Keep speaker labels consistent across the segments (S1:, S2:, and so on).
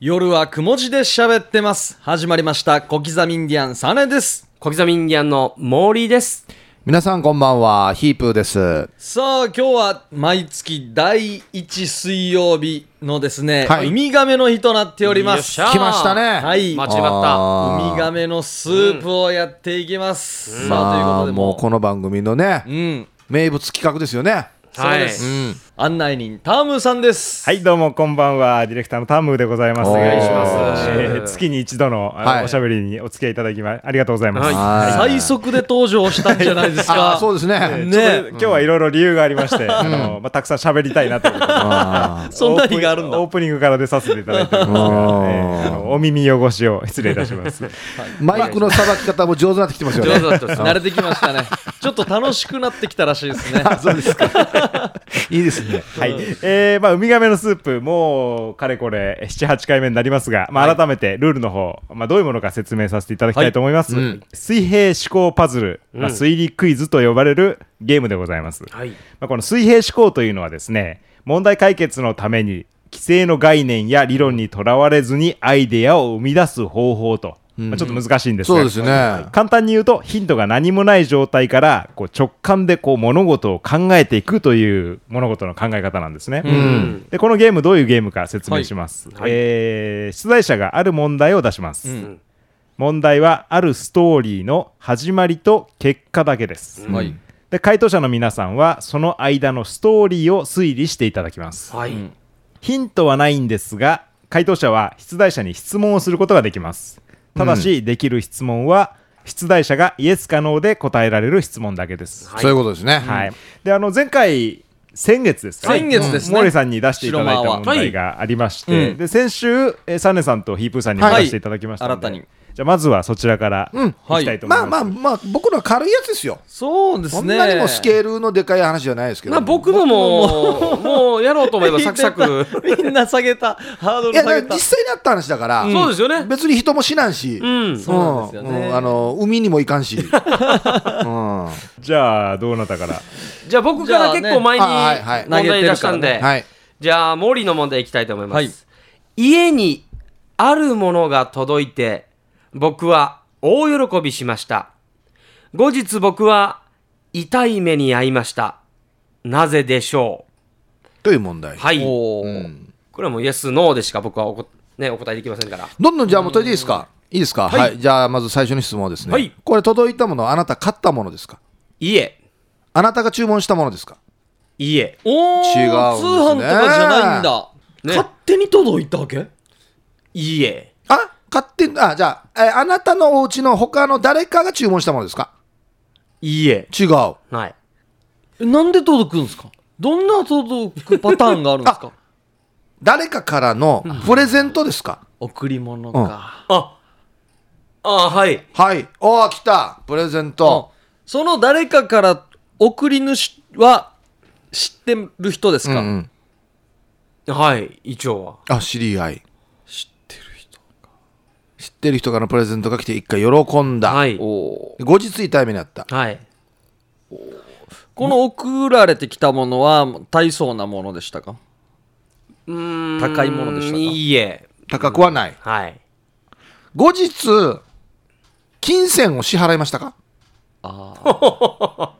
S1: 夜はくも字で喋ってます。始まりました。小刻みインディアンサネです。
S2: 小刻みインディアンの森です。
S3: 皆さんこんばんは、ヒープーです。
S1: さあ、今日は毎月第1水曜日のですね、
S3: は
S1: ウ
S3: い
S1: ミガメの日となっておりま
S2: よっ
S1: す。
S2: しゃー
S3: 来ましたね
S1: はい
S2: 間違った。
S3: あー
S1: ウミガメのスープをやっていきます。さあ、
S3: まあ、
S1: ということで
S3: もうこの番組のね、
S1: う、うん、
S3: 名物企画ですよね。
S1: そうです。案内人、タームさんです。
S4: はい、どうもこんばんは。ディレクターのタムでございます。
S3: お願いし
S2: ます
S4: えー月に一度のあの
S3: はい
S4: おしゃべりにお付き合いいただきまありがとうございま
S2: は
S4: す。
S2: い
S3: はい
S1: 最速で登場したんじゃないです
S3: あ
S1: か。
S3: ーそうです
S4: えー
S3: ね。
S1: ね
S4: ちょっと今日はいろいろ理由がありまして、あのまあたくさん喋りたいなと思って。
S3: あー
S1: そんな日があるんだ
S4: オープニングオープニングから出させていただいておりますが、えーあのお耳汚しを失礼いたします。
S3: マイクのさばき方も上手になってきてますよ
S2: 上手
S3: ね。
S2: だったです。
S1: 慣れてきましたね。ちょっと楽しくなってきたらしいです ね。
S3: そうですか。いいですね。
S4: はい、えーまあウミガメのスープもうかれこれ七八回目になりますが、まあ改めてルールの方、まあどういうものか説明させていただきたいと思います。水平思考パズル、まあ推理クイズと呼ばれるゲームでございます。
S2: はい。
S4: まあ、この水平思考というのはですね問題解決のために規制の概念や理論にとらわれずにアイデアを生み出す方法と、まあ、ちょっと難しいんですが
S3: そうですね。
S4: 簡単に言うとヒントが何もない状態からこう直感でこう物事を考えていくという物事の考え方なんですね。
S2: ん
S4: でこのゲームどういうゲームか説明します。
S2: はい
S4: えー出題者がある問題を出します。
S1: ん
S4: 問題はあるストーリーの始まりと結果だけです。
S1: はい。
S4: で回答者の皆さんはその間のストーリーを推理していただきます
S2: はい。
S4: ヒントはないんですが回答者は出題者に質問をすることができますただし、できる質問は出題者がイエスかノーで答えられる質問だけです、
S2: はい
S3: そういうことですね。
S4: はいであの前回先月ですか
S1: 先月ですね
S4: モーリーさんに出していただいた問題がありまして、
S1: はいうん
S4: で先週、えーサネさんとヒープーさんにも
S1: はい
S4: 出していただきましたので、
S1: 新たに
S4: じゃあまずはそちらからいきたいと思いま
S3: まあ
S4: す、
S3: まあまあ、僕のは軽いやつですよ。
S1: そうですね。
S3: そんなにもスケールのでかい話じゃないですけど。
S2: まあ僕のも、もうやろうと思えばサク サク。
S1: みんな下げたハード
S3: い
S1: ル
S3: や、
S1: 下げ
S3: だか
S1: た
S3: ら実際にあった話だから、
S2: そうですよね。
S3: 別に人も死なんし、
S2: うん。
S1: そうなんですよね
S3: うんあの海にも行かんし。うん
S4: じゃあどうなたから
S2: じゃあ僕から結構前に
S3: じゃあねはいはい
S2: 問題出したん
S1: 投げてる
S2: で
S3: からねはい。
S2: じゃあ森の問題いきたいと思いま
S1: はい
S2: す。家にあるものが届いて、僕は大喜びしました。後日僕は痛い目に遭いました。なぜでしょ
S3: という問題
S2: う。はい。
S1: おー
S2: これはもうイエス、ノーでしか僕はおこ、ね、お答えできませんから。
S3: どんどんじゃあもう解いていいですかいいですか、はい、じゃあまず最初の質問ですね。
S2: はい
S3: これ届いたものはあなた買ったものですか
S2: いえ、
S3: あなたが注文したものですか
S2: いえ。
S1: おー
S3: 違うん
S1: 通
S3: ですね
S1: 販とかじゃないんだ、
S2: ね
S1: 勝手に届いたわけ
S2: いいえ。
S3: あ買ってんあ、じゃあ、えーあなたのお家の他の誰かが注文したものですか
S2: いいえ。
S3: 違う。あ、
S2: はい。
S1: えなんで届くんですかどんな届くパターンがあるんです か
S3: 誰かからのプレゼントですか、
S1: 贈り物か、
S2: あ、あ、はい。
S3: はい。おー、来た。プレゼン
S1: あ
S3: ト。
S1: その誰かから贈り主は知ってる人です
S3: うん
S1: か、
S3: うん。
S2: はい、一応は。
S3: あ、知り合い。
S1: 知ってる人
S3: 知ってる人からのプレゼントが来て一回喜んだ。
S2: はい。
S1: おー
S3: 後日痛い目にあった。
S2: はい。
S1: この贈られてきたものは大層なものでしたか
S2: うーん
S1: 高いものでしたか
S2: いいえ。
S3: 高くはない。
S2: はい。
S3: 後日、金銭を支払いましたか
S2: は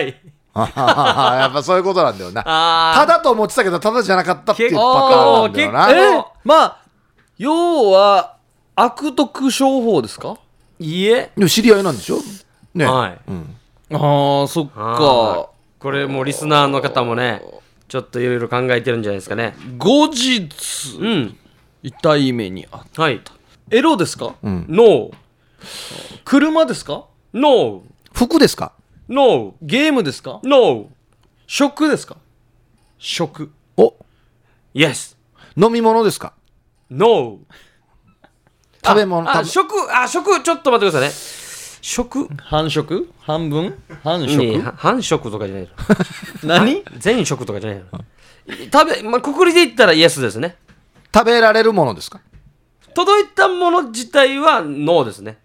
S2: い。
S3: あーやっぱそういうことなんだよな。
S2: あー
S3: ただと思ってたけど、ただじゃなかったっていうパターンなんだよ
S2: あ
S3: な。
S1: え
S2: の
S1: まあ要は悪徳商法ですか
S2: いいえ。
S3: でも知り合いなんでしょね。
S2: はい。
S1: ああそっ
S2: あ
S1: か
S2: ーこれもうリスナーの方もね、ちょっといろいろ考えてるんじゃないですかね。
S1: 後日
S2: うん。
S1: 痛い目にあ
S2: はい。
S1: エロですか、
S2: ノー。
S1: 車ですか
S2: ノー。
S3: 服ですか
S2: ノ
S1: ゲームですか
S2: ー。ノー。
S1: 食ですか食
S3: お
S2: イエス。
S3: 飲み物ですか
S2: ノー。
S3: 食べ物
S2: あ、
S3: 食べ
S2: 食、あ、食、ちょっと待ってくださいね。食
S1: 半食半分半
S2: に
S1: 食
S2: 半食とかじゃ ないの。
S1: 何
S2: 全食とかじゃないの。食べ、まあ、くくりで言ったらイエスですね。
S3: 食べられるものですか
S2: 届いたもの自体はノーですね。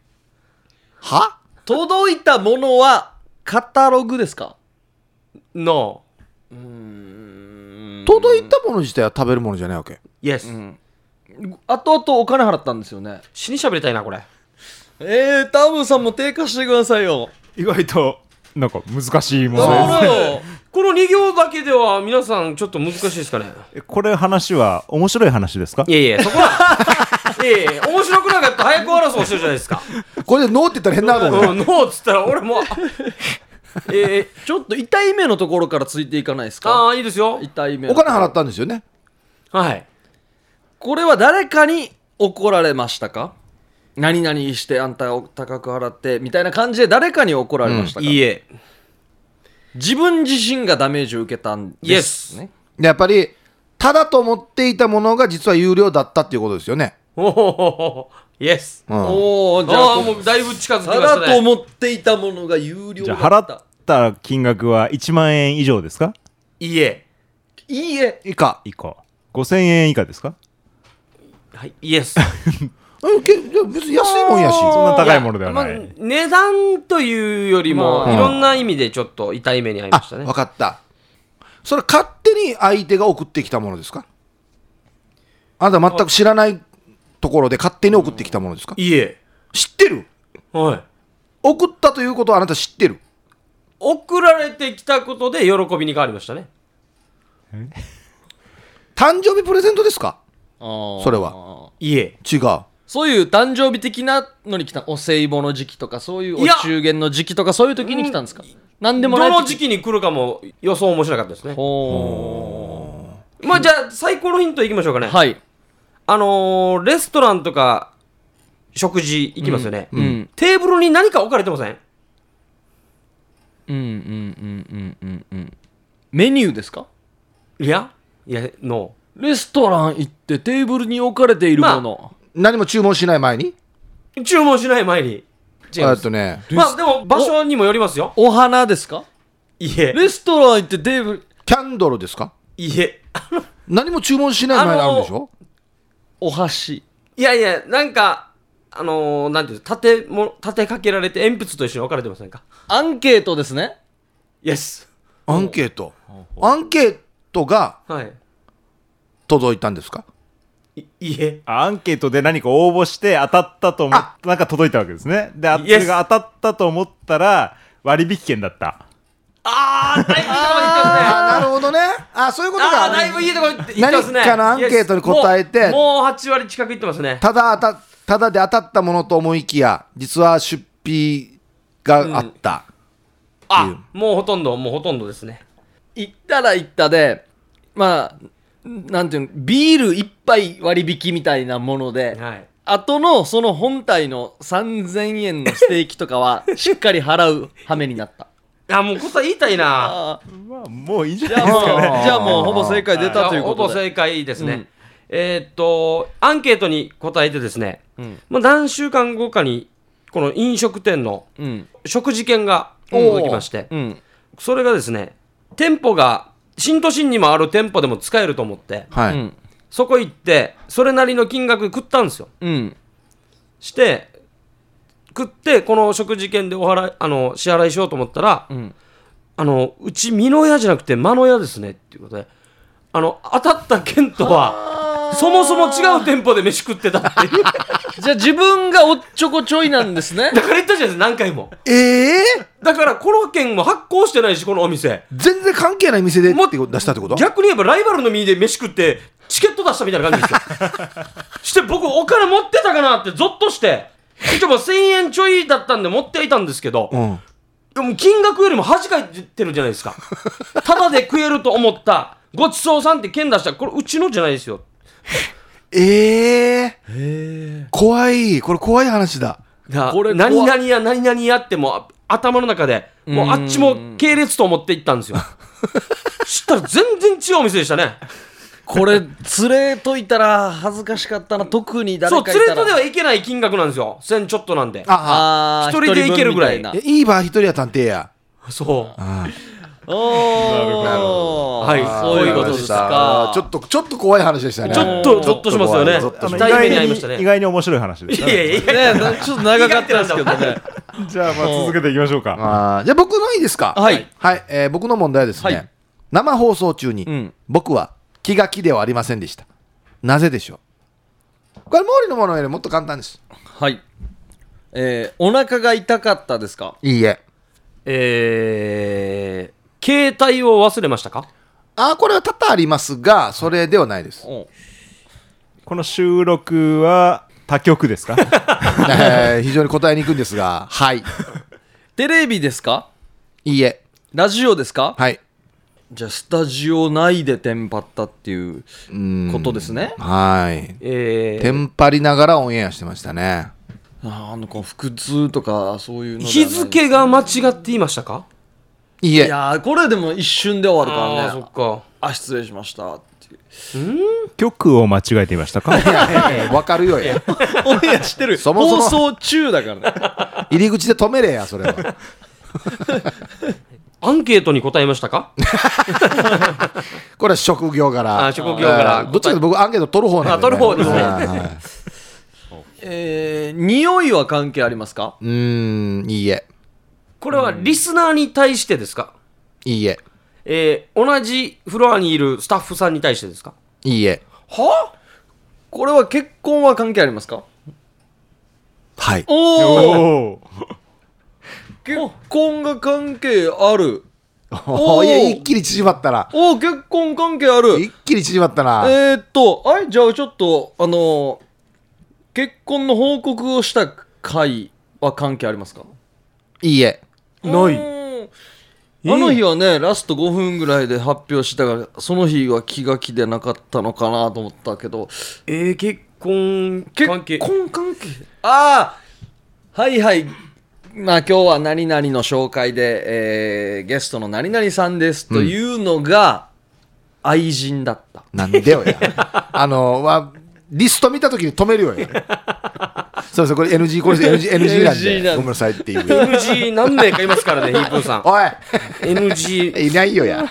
S3: は
S1: 届いたものはカタログですか
S2: ノ
S3: 届いたもの自体は食べるものじゃないわけ。
S2: ー。イエス。
S1: 後々お金払ったんですよね
S2: 死にしゃべりたいなこれ
S1: えー、タムさんも低下してくださいよ
S4: 意外となんか難しいも
S1: そう
S4: ので
S1: よ
S2: この2行だけでは皆さんちょっと難しいですかね
S4: すこれ話は面白い話ですか
S2: いやいやそこは いやいや面白くなかった早く争いしてるじゃないですか
S3: これでノーって言ったら変なこと
S2: うんノーっつったら俺もあえー、
S1: ちょっと痛い目のところからついていかないですか
S2: ああいいですよ
S1: 痛い目
S3: お
S1: の
S3: 金払ったんですよね
S2: はい
S1: これは誰かに怒られましたか何々してあんたを高く払ってみたいな感じで誰かに怒られましたか、
S2: いいえ
S1: 自分自身がダメージを受けたんです、ね、
S3: でやっぱりただと思っていたものが実は有料だったっていうことですよね、
S2: おおイエス
S3: うん
S1: おおじゃあ
S2: ああもうだいぶ近づきま
S1: た
S2: した
S1: だと
S2: ね
S1: 思っていたものが有料
S4: じ
S1: だ
S4: ゃあ
S1: った
S4: 払った金額は1万円以上ですか
S2: いいえ
S1: いいえ
S3: 以下
S4: 以下5000円以下ですか
S2: はいイエス
S3: うんけいや別に安いもんやし
S4: そんな高いものではない
S2: やまあ値段というより
S1: ま
S2: も、
S1: あ
S2: いろんな意味でちょっと痛い目に遭いましたね
S3: 分かったそれ勝手に相手が送ってきたものですかあなた全く知らないところで勝手に送ってきたものですか
S2: いいえ
S3: 知ってる
S2: はい
S3: 送ったということはあなた知ってる
S2: 送られてきたことで喜びに変わりましたね
S3: 誕生日プレゼントですか
S1: そ
S3: それ
S2: いいえ
S3: 違う
S1: そういう誕生日的なのに来たお歳暮の時期とかそういうお
S2: いや
S1: 中元の時期とかそういう時に来たんですか何でもない
S2: どの時期に来るかも予想面白かったですね
S1: ほ
S2: まあじゃあ最高のヒントいきましょうかね、
S1: うはい
S2: あのーレストランとか食事行きますよね、
S1: うんうん
S2: テーブルに何か置かれてません
S1: うんうんうんうんうんうんメニューですか
S2: いやいやノ
S1: レストラン行ってテーブルに置かれているもの、
S3: 何も注文しない前に
S2: ー注文しない前に違い
S3: え
S2: ま
S3: っ
S2: す
S3: とね
S2: まあでも場所にもよりますよ
S1: お花ですか
S2: いいえ
S1: レストラン行ってテーブル
S3: キャンドルですか
S2: いいえ
S3: 何も注文しない前にあるんでしょ
S1: お箸
S2: いやいや、なんか、あのー、なんていうの立ても、立てかけられて鉛筆と一緒に置かれてませんか
S1: アンケートですね
S2: イエス。
S3: アンケートアンケートが
S2: はい。
S3: 届いたんですか
S2: い、いいえ。
S4: あアンケートで何か応募して当たったと思っ
S3: あ
S4: なんか届いたわけですねであそ
S2: Yes
S4: れが当たったと思ったら割引券だった
S2: あー、だいぶいいとこま
S3: あなるほどねあそういうこ
S2: で
S3: と
S2: 行ったね。あ
S3: か
S2: ー、だいぶいいとこ行って行ってますね。
S3: 何かのアンケートに答えて
S2: Yes もう、もう8割近くいってますね。
S3: ただ当たただで当たったものと思いきや実は出費があった、
S2: あ、もうほとんど、もうほとんどですね。
S1: 行ったら行ったでまあなんていうのビール一杯割引みたいなもので、
S2: はい。
S1: 後のその本体の3000円のステーキとかはしっかり払う羽目になった
S2: あ、もう答え言いたい な。
S1: あー
S4: まあもういいんじゃ
S1: じ
S4: ない
S1: ゃあ
S4: です
S1: もう
S4: かね
S1: じゃあもうほぼ正解出たというこ
S2: ほぼ
S1: とで
S2: 正解ですね。
S1: うん
S2: えーっと、アンケートに答えてですね、
S1: ん
S2: まあ、何週間後かに、この飲食店の
S1: うん
S2: 食事券が
S1: おー
S2: 届きまして、
S1: うん
S2: それがですね、店舗が、新都心にもある店舗でも使えると思って、
S1: う
S3: はい、
S1: ん
S2: そこ行って、それなりの金額食ったんですよ。
S1: うん
S2: して、食って、この食事券でお払い、あの、支払いしようと思ったら、
S1: ん
S2: あの、うち、美濃屋じゃなくて、間の屋ですね、っていうことで、あの、当たった券とは、そもそも違う店舗で飯食ってたっていう。だ か
S1: じゃあ自分がおっちょこちょいなんです ね
S2: ら言ったじゃないですか、何回も。
S3: ええ
S2: だから、この券も発行してないし、このお店。
S3: 全然関係ない店で
S2: も
S3: ってこと出したってこと
S2: 逆に言えばライバルの身で飯食ってチケット出したみたいな感じですよして僕お金持ってたかなってゾッとして一応もう1000円ちょいだったんで持っていたんですけど、
S3: うん
S2: でも金額よりも恥かいてるじゃないですかただで食えると思ったごちそうさんって券出したらこれうちのじゃないですよ
S3: ええ怖いこれ怖い話だ
S1: これ
S2: 何々や何々やってもうあ頭の中でもうあっちも系列と思って行ったんですよ知ったら全然違うお店でしたね
S1: これ連れといたら恥ずかしかったな特に誰
S2: そう
S1: かい
S2: 連れ
S1: た
S2: とで
S1: ら
S2: はいけない金額なんですよ1000ちょっとなんで
S3: あ
S1: あー
S2: 一人で行けるぐら
S1: 一
S2: い
S1: 人分みた
S3: あいいバー一人や探偵や
S2: そう
S4: なる
S1: おー
S2: はい
S1: あーそういうことです
S3: あ
S1: か
S3: ーちょっとちょっと怖い話でしたね
S2: ちょっとゾッとしますよね
S3: ちょっと
S4: あの
S3: 怖
S4: 意
S3: い
S2: 痛い目に遭
S4: 外
S2: いましたね
S4: に意外に面白い話で
S2: い
S4: し
S2: や
S4: た
S2: い
S4: ね
S2: やいや
S1: ねなちょっと長かったですけど
S2: 意外ってなん
S1: ね
S4: じゃあまあ続けていきましょうか
S3: あーじゃあ僕のいいですか
S1: はい
S3: はい、えー僕の問題はですね、
S1: はい
S3: 生放送中に、
S1: うん
S3: 僕は気が気ではありませんでしたなぜでしょうこれ毛利のものよりもっと簡単です
S1: はい。えー、お腹が痛かったですか
S3: いいえ
S2: えー、携帯を忘れましたか
S3: ああこれは多々ありますがそれではないです
S1: お
S4: この収録は他局です か
S3: えー非常に答えにくいんですがはい
S1: テレビですか
S3: いいえ
S1: ラジオですか
S3: はい
S1: じゃあ、スタジオ内でテンパったっていうことですね。
S3: はい
S2: え
S3: テ
S2: ー、
S3: ンパりながらオンエアしてましたね
S1: あーあの、こう腹痛とか、そういうのではない
S2: 日付が間違っていましたか
S3: いい
S1: い
S3: え
S1: やー、これでも一瞬で終わる
S2: あ
S1: か
S2: あ
S1: ら
S2: そ
S1: ね
S2: っ。か
S1: あ失礼しましたっていう。
S4: 局を間違えていましたか
S3: わかるよや
S1: オンエアしてる。
S3: そもそも
S1: 放送中だからね。
S3: 入り口で止めれやそれは
S2: アンケートに答えましたか
S3: これは職業柄
S2: あ職業柄
S3: えーどっちかというと僕アンケート取る方な
S2: あ
S3: んで、
S2: 取る方ですね
S3: はいはいう
S1: えー、匂いは関係ありますか
S3: ーんいいえ
S2: これはリスナーに対してですか、
S3: いいえ
S2: えー、同じフロアにいるスタッフさんに対してですか
S3: いいえ
S1: はこれは結婚は関係ありますか
S3: はい
S1: おお
S4: おお
S1: 結婚が関係ある
S3: お
S1: おー
S3: ーいや一気に縮まったな
S1: おお結婚関係ある
S3: 一気に縮まったな、
S1: えー、っとあいじゃあちょっとあのー結婚の報告をした回は関係ありますか
S3: いいえ
S4: ない
S1: うんあの日はね、ラスト5分ぐらいで発表したがその日は気が気でなかったのかなと思ったけど
S2: えー、結婚
S1: 結
S2: 関係
S1: 婚関係ああはいはいまあ今日は何々の紹介で、えーゲストの何々さんですというのが愛人だった、
S3: なんでよや あのはリスト見た時に止めるよやそうそうこれ NG これ NG, NG な
S1: NG
S3: ん
S1: なんで
S3: でごめんなさいっていう
S2: NG 何名かいますからねヒープーさん
S3: お
S2: NG
S3: いいないよや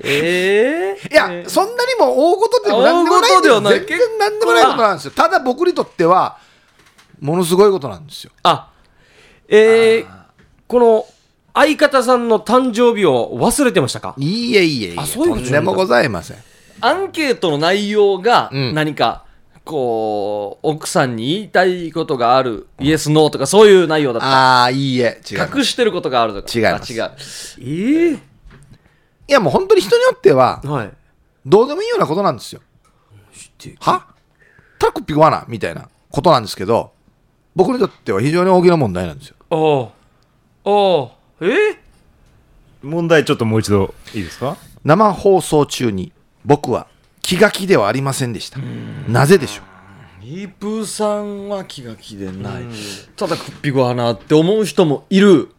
S2: えー、
S3: いや、そんなにも大事でもなんでもないん
S1: 大事ではない
S3: 全然なんでもないことなんですよただ僕にとってはものすごいことなんですよ
S2: あえー、この相方さんの誕生日を忘れてましたか
S3: いいえいいえいいえ
S2: あそういう
S3: と
S2: こと
S3: んでもございません
S1: アンケートの内容が
S3: うん
S1: 何か、こう奥さんに言いたいことがある、イエスノーとかそういう内容だった
S3: ああいいえ違う
S1: 隠してることがあるとか
S3: 違います
S1: あ違う
S2: えー、
S3: いやもう本当に人によっては
S2: はい
S3: どうでもいいようなことなんですよ
S2: て
S3: はタコピグワナみたいなことなんですけど僕にとっては非常に大きな問題なんですよ
S2: ああああえー、
S4: 問題ちょっともう一度いいですか
S3: 生放送中に僕は気が気ではありませんでしたなぜでしょう
S1: イープーさんは気が気でない、ただくっぴごはなって思う人もいる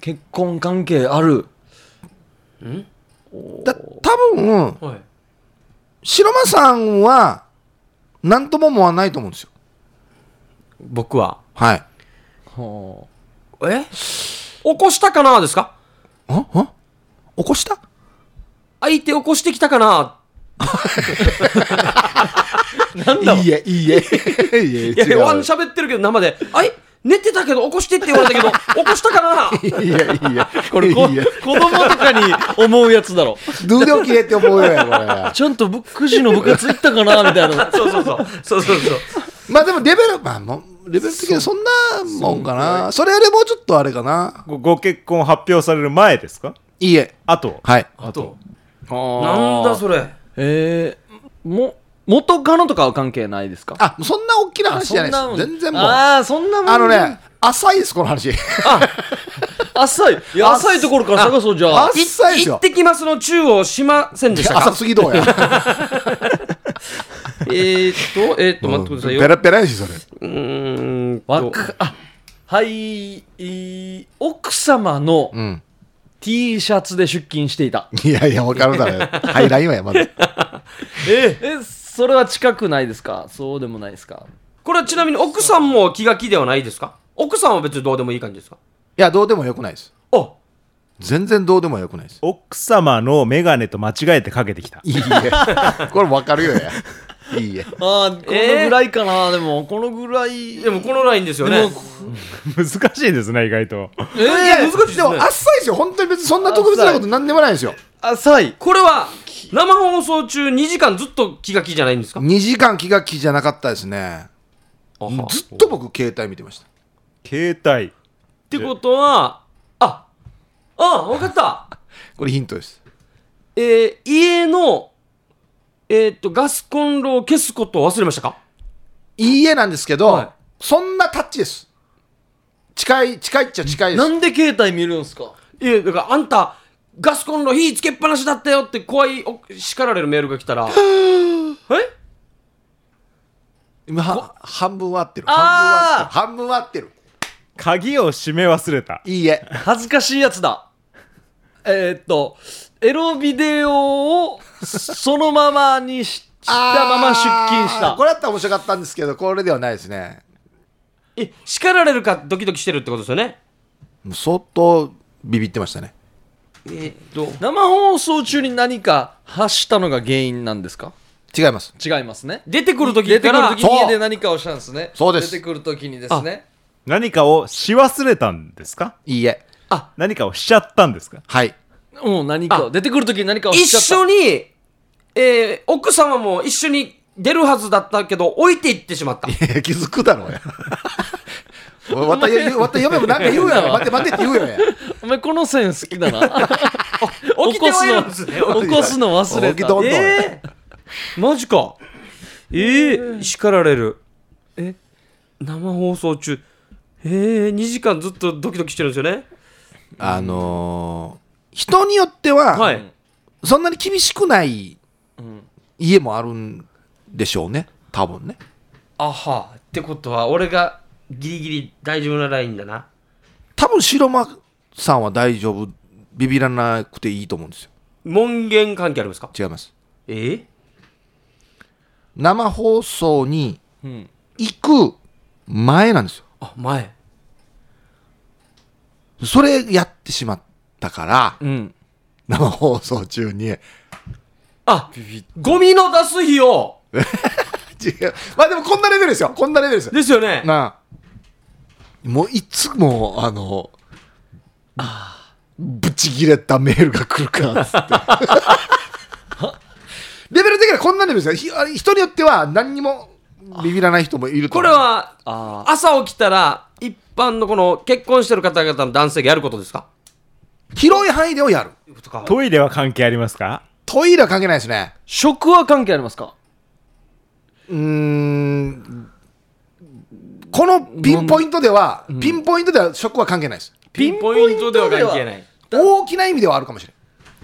S1: 結婚関係ある
S3: だ多分
S2: はい
S3: 白間さんは何とも思わないと思うんですよ
S2: 僕は
S3: はい
S1: はあ
S2: え起こしたかなですか
S3: ああ起こした
S2: 相手起こしてきたか な
S3: なんだいいえいいえいいえ
S2: いや
S3: 違う
S2: ワン喋ってるけど生で「あい寝てたけど起こして」って言われたけ ど起こしたかない
S3: いえいいえこ
S1: こ
S3: いいえ
S1: 子供とかに思うやつだろ
S3: どうでもきれって思う よやこれ
S1: ちゃんとぶ9時の部活行ったかなみたい な
S2: そうそうそうそうそうそう
S3: まあでもレベル、まあもう、レベル的にはそんなもんかな。それよりもうちょっとあれかな。
S4: ごご結婚発表される前ですか
S3: いいえ。
S4: あと
S3: はい。
S2: あとな
S1: なん
S2: だそれ
S1: えー、も元カノとかは関係ないですか
S3: あ、そんな大きな話じゃない
S1: そん
S3: です。全然もう。あ
S1: ああそんなもん
S3: のね、浅いです、この話。
S1: 浅いいや浅いところから探そうじゃあ
S2: い
S3: 浅いです
S2: 行っ
S3: よ。
S2: てきますの中をしませんでしたか
S3: 浅すぎどうや。
S2: えーっ とえーっと待ってくださいよ
S3: ペラペラやし、それ。
S2: うーん
S1: わ
S2: と
S1: かあはいいい奥様の
S3: うん。
S1: T シャツで出勤していた、
S3: いやいや、わかるだろ。ハイラインはや、まだ。
S1: えそれは近くないですかそうでもないですか
S2: これはちなみに奥さんも気が気ではないですか奥さんは別にどうでもいい感じですか
S3: いや、どうでもよくないです。
S2: あ
S3: 全然どうでもよくないです。
S4: 奥様の眼鏡と間違えてかけてきた
S3: いいえ。 これわかるよや。いいえ。
S1: あーこのぐらいかな、でもこのぐらい
S2: でもこのラインですよね
S1: でも
S4: 難しいですね意外と
S1: えー
S3: いや、難しい。でも、浅いですよ。本当に別にそんな特別なことなんでもないですよ。
S1: 浅い
S2: これは生放送中2時間ずっと気が気じゃないんですか
S3: 2時間気が気じゃなかったですね
S2: あは
S3: ずっと僕携帯見てました
S4: 携帯
S2: ってことはああ分かった
S3: これヒントです
S2: えー家のえーっとガスコンロを消すことを忘れましたか
S3: いい家なんですけど、
S2: はい
S3: そんなタッチです近い近いっちゃ近いで
S1: な
S3: す
S1: んで携帯見るんすか
S2: いやだからあんたガスコンロ火つけっぱなしだったよって怖いお叱られるメールが来たらえ
S3: 今は半分は合ってる
S1: あー
S3: 半分は合ってる半分は合って
S4: 鍵を閉め忘れた
S3: るいいえ
S1: 恥ずかしいやつだえーっとエロビデオをそのままにししたまま出勤し
S3: あー
S1: た
S3: これだったら面白かったんですけどこれではないですね
S2: え叱られるかドキドキしてるってことですよね
S3: もう相当ビビってましたね
S2: えーっと
S1: 生放送中に何か発したのが原因なんですか
S3: 違います
S1: 違いますね
S2: 出てくる時
S1: 出て
S2: か
S1: くる
S2: ら
S1: 時に家で何かをしたんですね
S3: そうです
S1: 出てくる時にですね
S4: 何かをし忘れたんですか
S3: いいえ
S4: 何かをしちゃったんですか
S3: はい
S1: もうん何か
S2: あ
S1: 出てくる時に何かをし
S2: 一
S1: ちゃった
S2: 緒に、えー奥様も一緒に出るはずだったけど置いていってしまった
S3: え気づくだろうや おいわ たやわた嫁もなんか言うやろ待って待ってって言うやんや
S1: お前この線好きだ な
S2: 起きてはいるんですね
S1: 起こすの忘れ
S3: 起
S1: た
S3: きとんの
S2: えー、マジかえー、叱られるえ生放送中えー、2時間ずっとドキドキしてるんですよね
S3: あのー人によっては、
S2: はい、
S3: そんなに厳しくない家もあるんでしょうね多分ね
S2: あはってことは俺がギリギリ大丈夫なラインだな
S3: 多分白間さんは大丈夫ビビらなくていいと思うんですよ
S2: 門限関係ありますか
S3: 違います
S2: えー、
S3: 生放送に
S1: うん
S3: 行く前なんですよ
S2: あ前
S3: それやってしまったから
S1: うん
S3: 生放送中に違う
S2: あゴミの出す日を
S3: まあでもこんなレベルですよこんなレベルですよ
S2: ですよね
S3: なあもういつもあのぶち切れたメールが来るからっつってレベル的にはこんなレベルですよひあれ人によっては何にもビビらない人もいると
S2: こ
S3: 思
S2: れ
S3: う
S2: は
S1: あ
S2: 朝起きたら一般のこの結婚してる方々の男性がやることですか
S3: 広い範囲でをやる
S2: とか
S4: トイレは関係ありますか
S3: トイレは関係ないですね
S1: 食は関係ありますか
S3: うーんこのピンポイントでは、ピンポイントでは食は関係ないです
S2: ピンポイントでは関係ない
S3: 大きな意味ではあるかもしれ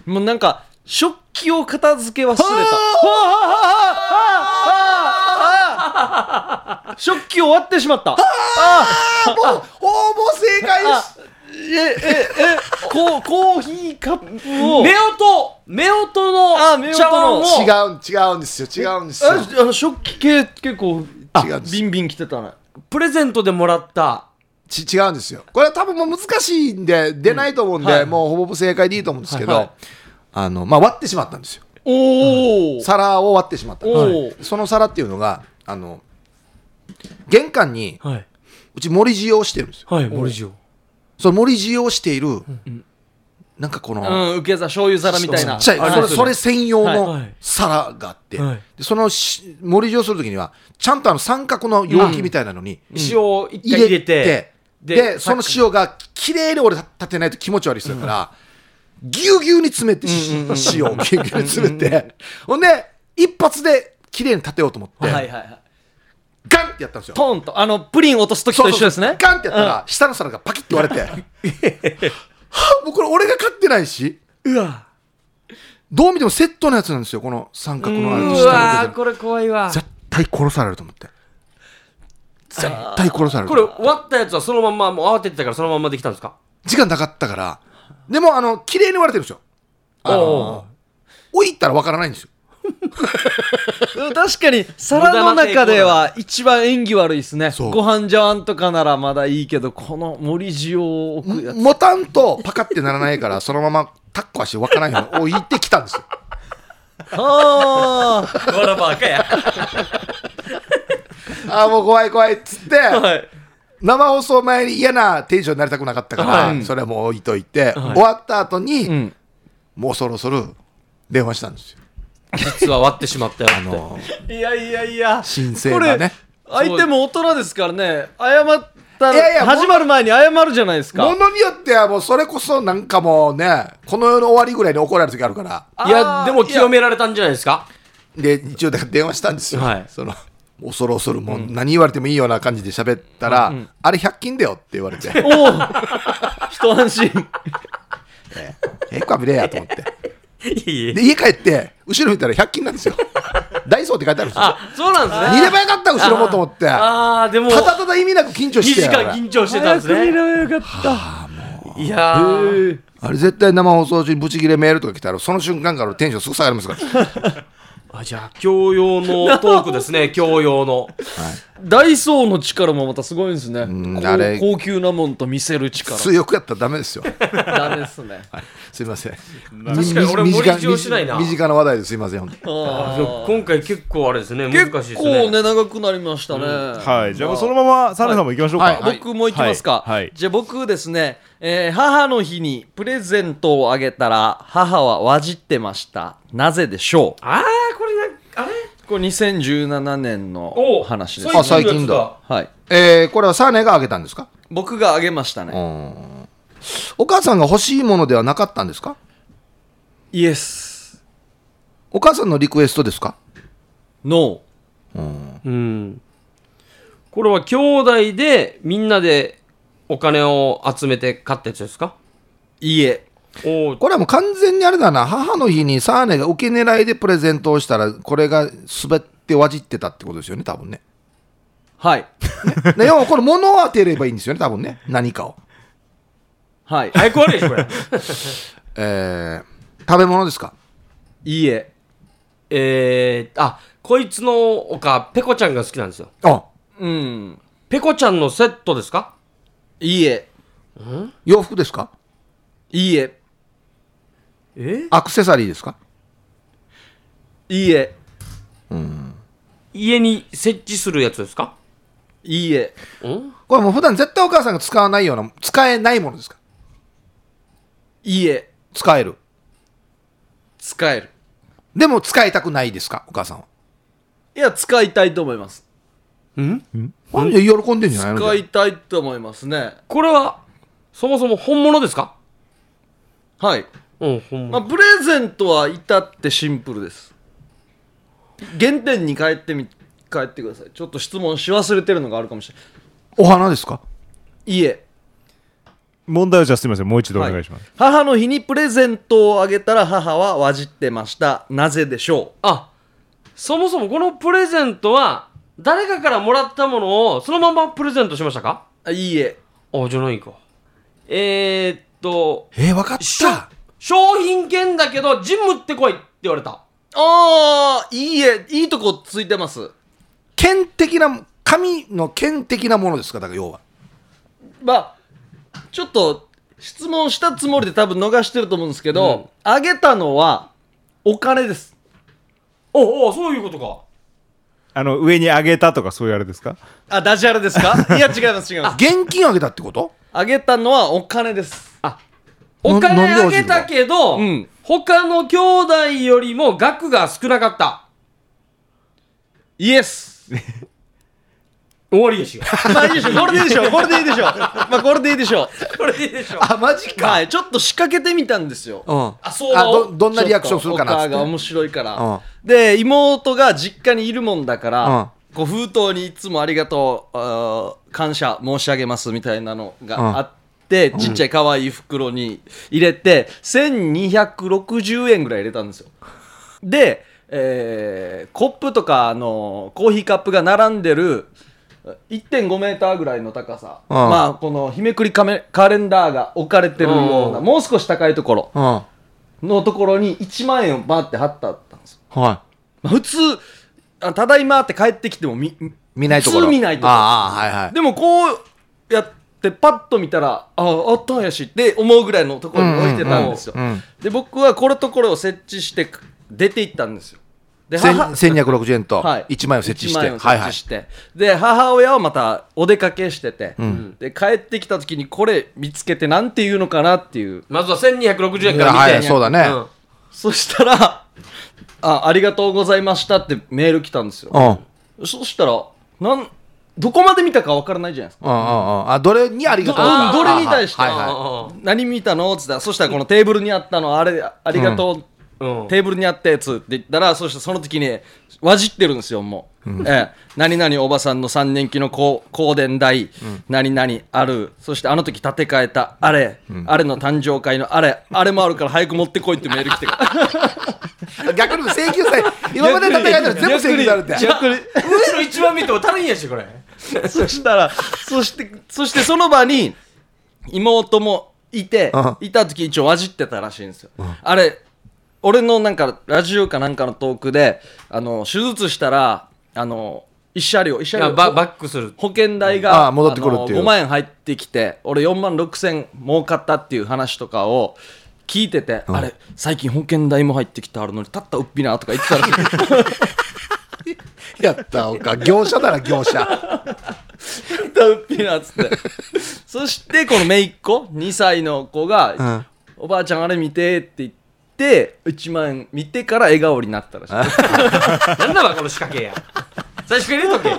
S3: ない
S1: もうなんか食器を片付け忘れた食器終わってしまった
S3: あもう応募正解です
S1: えええこうコーヒーカップを
S2: 夫婦
S1: あ
S2: の
S1: 夫婦の
S2: 茶碗を
S3: 違う違うんですよ違うんですよ
S1: ああの食器系結構
S3: 違うんです
S1: ビンビン来てたね
S2: プレゼントでもらった
S3: ち違うんですよこれは多分もう難しいんで出ないと思うんで、
S1: うんはい
S3: もうほぼほぼ正解でいいと思うんですけど、
S1: はいはい
S3: あのまあ、割ってしまったんですよ
S1: おお
S3: 皿を割ってしまったんです
S1: お
S3: はいその皿っていうのがあの玄関に
S2: はい
S3: うんうち盛り塩をしてるんですよ
S2: はい森塩
S3: その盛り塩をしている、なんかこの、
S1: うん受け皿醤油皿みたいな
S3: ちっちゃい
S2: ありま
S3: それ
S2: すよね
S3: それ専用
S2: は
S3: の
S2: い
S3: 皿があって、
S2: はい
S3: でそのし盛り塩するときにはちゃんとあの三角の容器みたいなのに
S2: 塩を一回
S3: 入
S2: 入
S3: れ
S2: れ
S3: て
S2: て、
S3: で
S2: で
S3: その塩がきれいに俺立てないと気持ち悪い人だから、ぎゅうぎゅうに詰めて、し塩をぎゅうぎゅうに詰めてほんで一発できれいに立てようと思って、
S1: はいはいはい
S3: ガンってやったんですよ。
S1: トンとあのプリン落とす時と一緒ですね
S3: ガンってやったら、下の皿がパキッと割れてはあもうこれ俺が勝ってないし
S2: うわ
S3: どう見てもセットのやつなんですよこの三角
S2: う
S3: のあれと下の部
S2: わ
S3: 分
S2: これ怖いわ
S3: 絶対殺されると思って絶対殺される
S2: これ割ったやつはそのまんまもう慌ててたからそのまんまできたんですか
S3: 時間なかったからでもあの綺麗に割れてるんですよあの置いたらわからないんですよ
S1: うん確かに皿の中では一番演技悪いですね
S3: そう
S1: ご飯茶碗とかならまだいいけどこの盛り塩を置くやつ
S3: もたんとパカってならないからそのままタッコ足わからないように置いてきたんですよ
S1: ああ
S2: わらばかや
S3: ああもう怖い怖いっつって
S2: はい
S3: 生放送前に嫌なテンションになりたくなかったから、
S1: はい
S3: それはもう置いといて、終わった後に、
S1: うん
S3: もうそろそろ電話したんですよ
S2: 実は割ってしまったよって、
S1: いやいやいや、
S3: 神聖なね
S1: これ相手も大人ですからね、謝った
S3: いやいや
S1: 始まる前に謝るじゃないですか。
S3: ものによってはもうそれこそなんかもうねこの世の終わりぐらいに怒られる時あるから
S1: あー
S2: いやでも清
S1: い
S2: められたんじゃないですか
S3: で一応だから電話したんですよ、
S2: はい
S3: その恐る恐るもう何言われてもいいような感じで喋ったら、あれ100均だよって言われて
S1: やおお、一安心。
S3: えっかぶれやと思って
S2: いえいえ
S3: で家帰って後ろ見たら100均なんですよダイソーって書いてあるんですよ
S2: あそうなんですね
S3: 見ればよかった後ろもと思ってた
S2: ああでも
S3: だただ意味なく緊張
S2: 2
S3: して
S2: 時
S3: や
S2: 間
S3: 俺
S2: 緊張してたんです
S1: 早く見
S2: ね
S1: ればよかった。
S2: いやー
S3: あれ絶対生放送中にブチギレメールとか来たらその瞬間から俺テンションすぐ下がりま すから
S2: あじゃあ教 養のトークですね教養の
S1: ダイソーの力もまたすごいんですね。
S3: ん
S1: こう
S3: あれ
S1: 高級なもんと見せる力。
S3: 強欲やったらダメですよ
S1: ダメですね。
S3: すいません
S2: 確かに俺
S3: み
S2: 盛り上しないな
S3: 身近な話題ですいません本当に
S1: あー
S2: 今回結構あれですね難し
S1: 結
S2: いですね
S1: 構ね、長くなりましたね。
S4: はい。じゃあもうそのまま、サネさんも行きましょうか。
S3: はいはい
S1: 僕も行きますか、
S4: はいはい
S1: じゃあ僕ですね、えー母の日にプレゼントをあげたら母はわじってましたなぜでしょ
S2: ああこれなあれ
S1: うこれ2017年の
S2: お
S1: 話です
S3: あ最近だ
S1: はい
S3: えーこれはサーネがあげたんですか
S1: 僕があげましたね
S3: うんお母さんが欲しいものではなかったんですか
S1: イエス
S3: お母さんのリクエストですか
S1: ノ
S2: うんこれは兄弟でみんなでお金を集めて買ったやつですか
S1: ーいえ
S2: おお
S3: これはもう完全にあれだな母の日にサーネが受け狙いでプレゼントをしたらこれが滑ってわじってたってことですよね多分ね
S1: はい
S3: で要はこれ物を当てればいいんですよね多分ね何かを、
S1: はい
S2: 早く悪いでし ょこれ
S3: えー食べ物ですか
S1: いいえ
S2: えー、あこいつのおかペコちゃんが好きなんですよ
S3: あ
S1: うん
S2: ペコちゃんのセットですか
S1: いいえ
S3: 洋服ですか
S1: いいえ
S2: え
S3: アクセサリーですか
S1: いいえ
S2: 家に設置するやつですか
S1: いいえ
S2: ん
S3: これもう普段絶対お母さんが使わないような使えないものですか
S1: いいえ
S3: 使える
S1: 使える
S3: でも使いたくないですかお母さんは、
S1: いや使いたいと思います
S3: あいや喜んでんじゃないの
S1: 使いたいと思いますね
S2: これはそもそも本物ですか
S1: はい
S2: うん本
S1: まあ、
S2: 物
S1: プレゼントは至ってシンプルです原点に帰ってみ帰ってくださいちょっと質問し忘れてるのがあるかもしれない
S3: お花ですか
S1: いえ
S4: 問題をじゃあすみません。もう一度お願いします。
S1: 母の日にプレゼントをあげたら母はわじってましたなぜでしょ
S2: あそもそもこのプレゼントは誰かからもらったものをそのままプレゼントしましたか
S1: うあいいえ
S2: あじゃないかえー、っと
S3: えー、分かっ
S2: しょ
S3: た
S2: 商品券だけどジムってこいって言われた
S1: あーいいえいいとこついてます
S3: 剣的な紙の剣的なものですかだから要は
S1: まあちょっと質問したつもりで多分逃してると思うんですけど、あげたのはお金です
S2: おおそういうことか
S4: あの、上に上げたとかそういうあれですか
S1: あダジャレです かいや違います違います
S3: 現金あげたってこと
S1: あげたのはお金です
S2: お金
S3: なな
S2: あ
S3: んで
S2: げたけど、
S1: うん
S2: 他の兄弟よりも額が少なかった
S1: イエス
S2: 終わりですよ
S1: まあいいでしょこれでいいでしょこれでいいでしょまあこれでいいでしょ
S2: これでいいで しょ
S3: あマジ
S1: はいちょっと仕掛けてみたんですよ
S3: うん
S2: あそう
S3: あどどんなリアクションするかなっつ
S1: ちょ
S3: っ
S1: ってとお母が面白いから、
S3: うん
S1: で妹が実家にいるもんだから、
S3: うん
S1: こう封筒にいつもありがとうあー感謝申し上げますみたいなのがあって、ちっちゃい可愛い袋に入れて1260円ぐらい入れたんですよで、えーコップとかあのコーヒーカップが並んでる1.5メーターぐらいの高さ、
S3: うん
S1: まあこの日めくりカメカレンダーが置かれてるような、
S2: うん
S1: もう少し高いところ
S3: うんは
S1: のところに1万円をバーって貼ってあったんですよ、
S3: い
S1: まあ、普通あただいまって帰ってきてもみ
S3: 見ないところ
S1: 普通見ないところ
S3: ああはいはい
S1: でもこうやってパッと見たらああったんやしって思うぐらいのところに置いてたんですよ、
S3: うんうんうん
S1: で僕はこれとこれを設置して出て行ったんですよで
S3: 千
S1: 母
S3: 1260円と
S1: はい
S3: 1万円を設置して、
S1: 1
S3: は
S1: 万
S3: い
S1: 円を
S3: はい
S1: 設置して、で母親はまたお出かけしてて、で帰ってきた時にこれ見つけてなんて言うのかなっていう
S2: まずは1260円
S3: い
S2: から
S3: や
S2: 見て
S3: はいそうだね、
S2: うん
S1: そしたらあありがとうございましたってメール来たんですよ
S3: うん。うん
S1: そしたらなんどこまで見たかわからないじゃないですか
S3: うんうん。あ、どれにありが
S1: ど
S3: とうか
S1: どれに対して
S3: はいはい
S2: は
S1: 何見たの?」っつったらそしたらこのテーブルにあったのあれありがとう、
S2: うん
S1: テーブルにあったやつって言ったらそしてその時にわじってるんですよもう、ええ、何々おばさんの3年期の高香典代、何々あるそしてあの時建て替えたあれ、あれの誕生会のあれあれもあるから早く持ってこいってメール来てから
S3: 逆に請求さ れ、今まで戦いたら全部請求されて。
S1: 逆に
S2: 上の一番見ても足りんやしこれ
S1: そしたら、そして、そしてその場に妹もいて
S3: うん、
S1: いた時一応わじってたらしいんですよ。あれ、俺のなんかラジオかなんかのトークで、あの、手術したら、あの、一車両、一車
S2: いや
S1: 両。
S2: ババックする
S1: 保険代
S3: あ
S1: が
S3: あ戻ってくるっていう
S1: あの5万円入ってきて俺4万6千儲かったっていう話とかを聞いてて、あれ最近保険代も入ってきてあるのにたったうっぴなとか言ってたらしい
S3: やったおか。業者なら業者。
S1: 歌うっぴーなっつって そしてこの姪っ子2歳の子が、おばあちゃんあれ見て」って言って1万円見てから笑顔になったらしい
S2: なんだわこの仕掛けや最初から入れと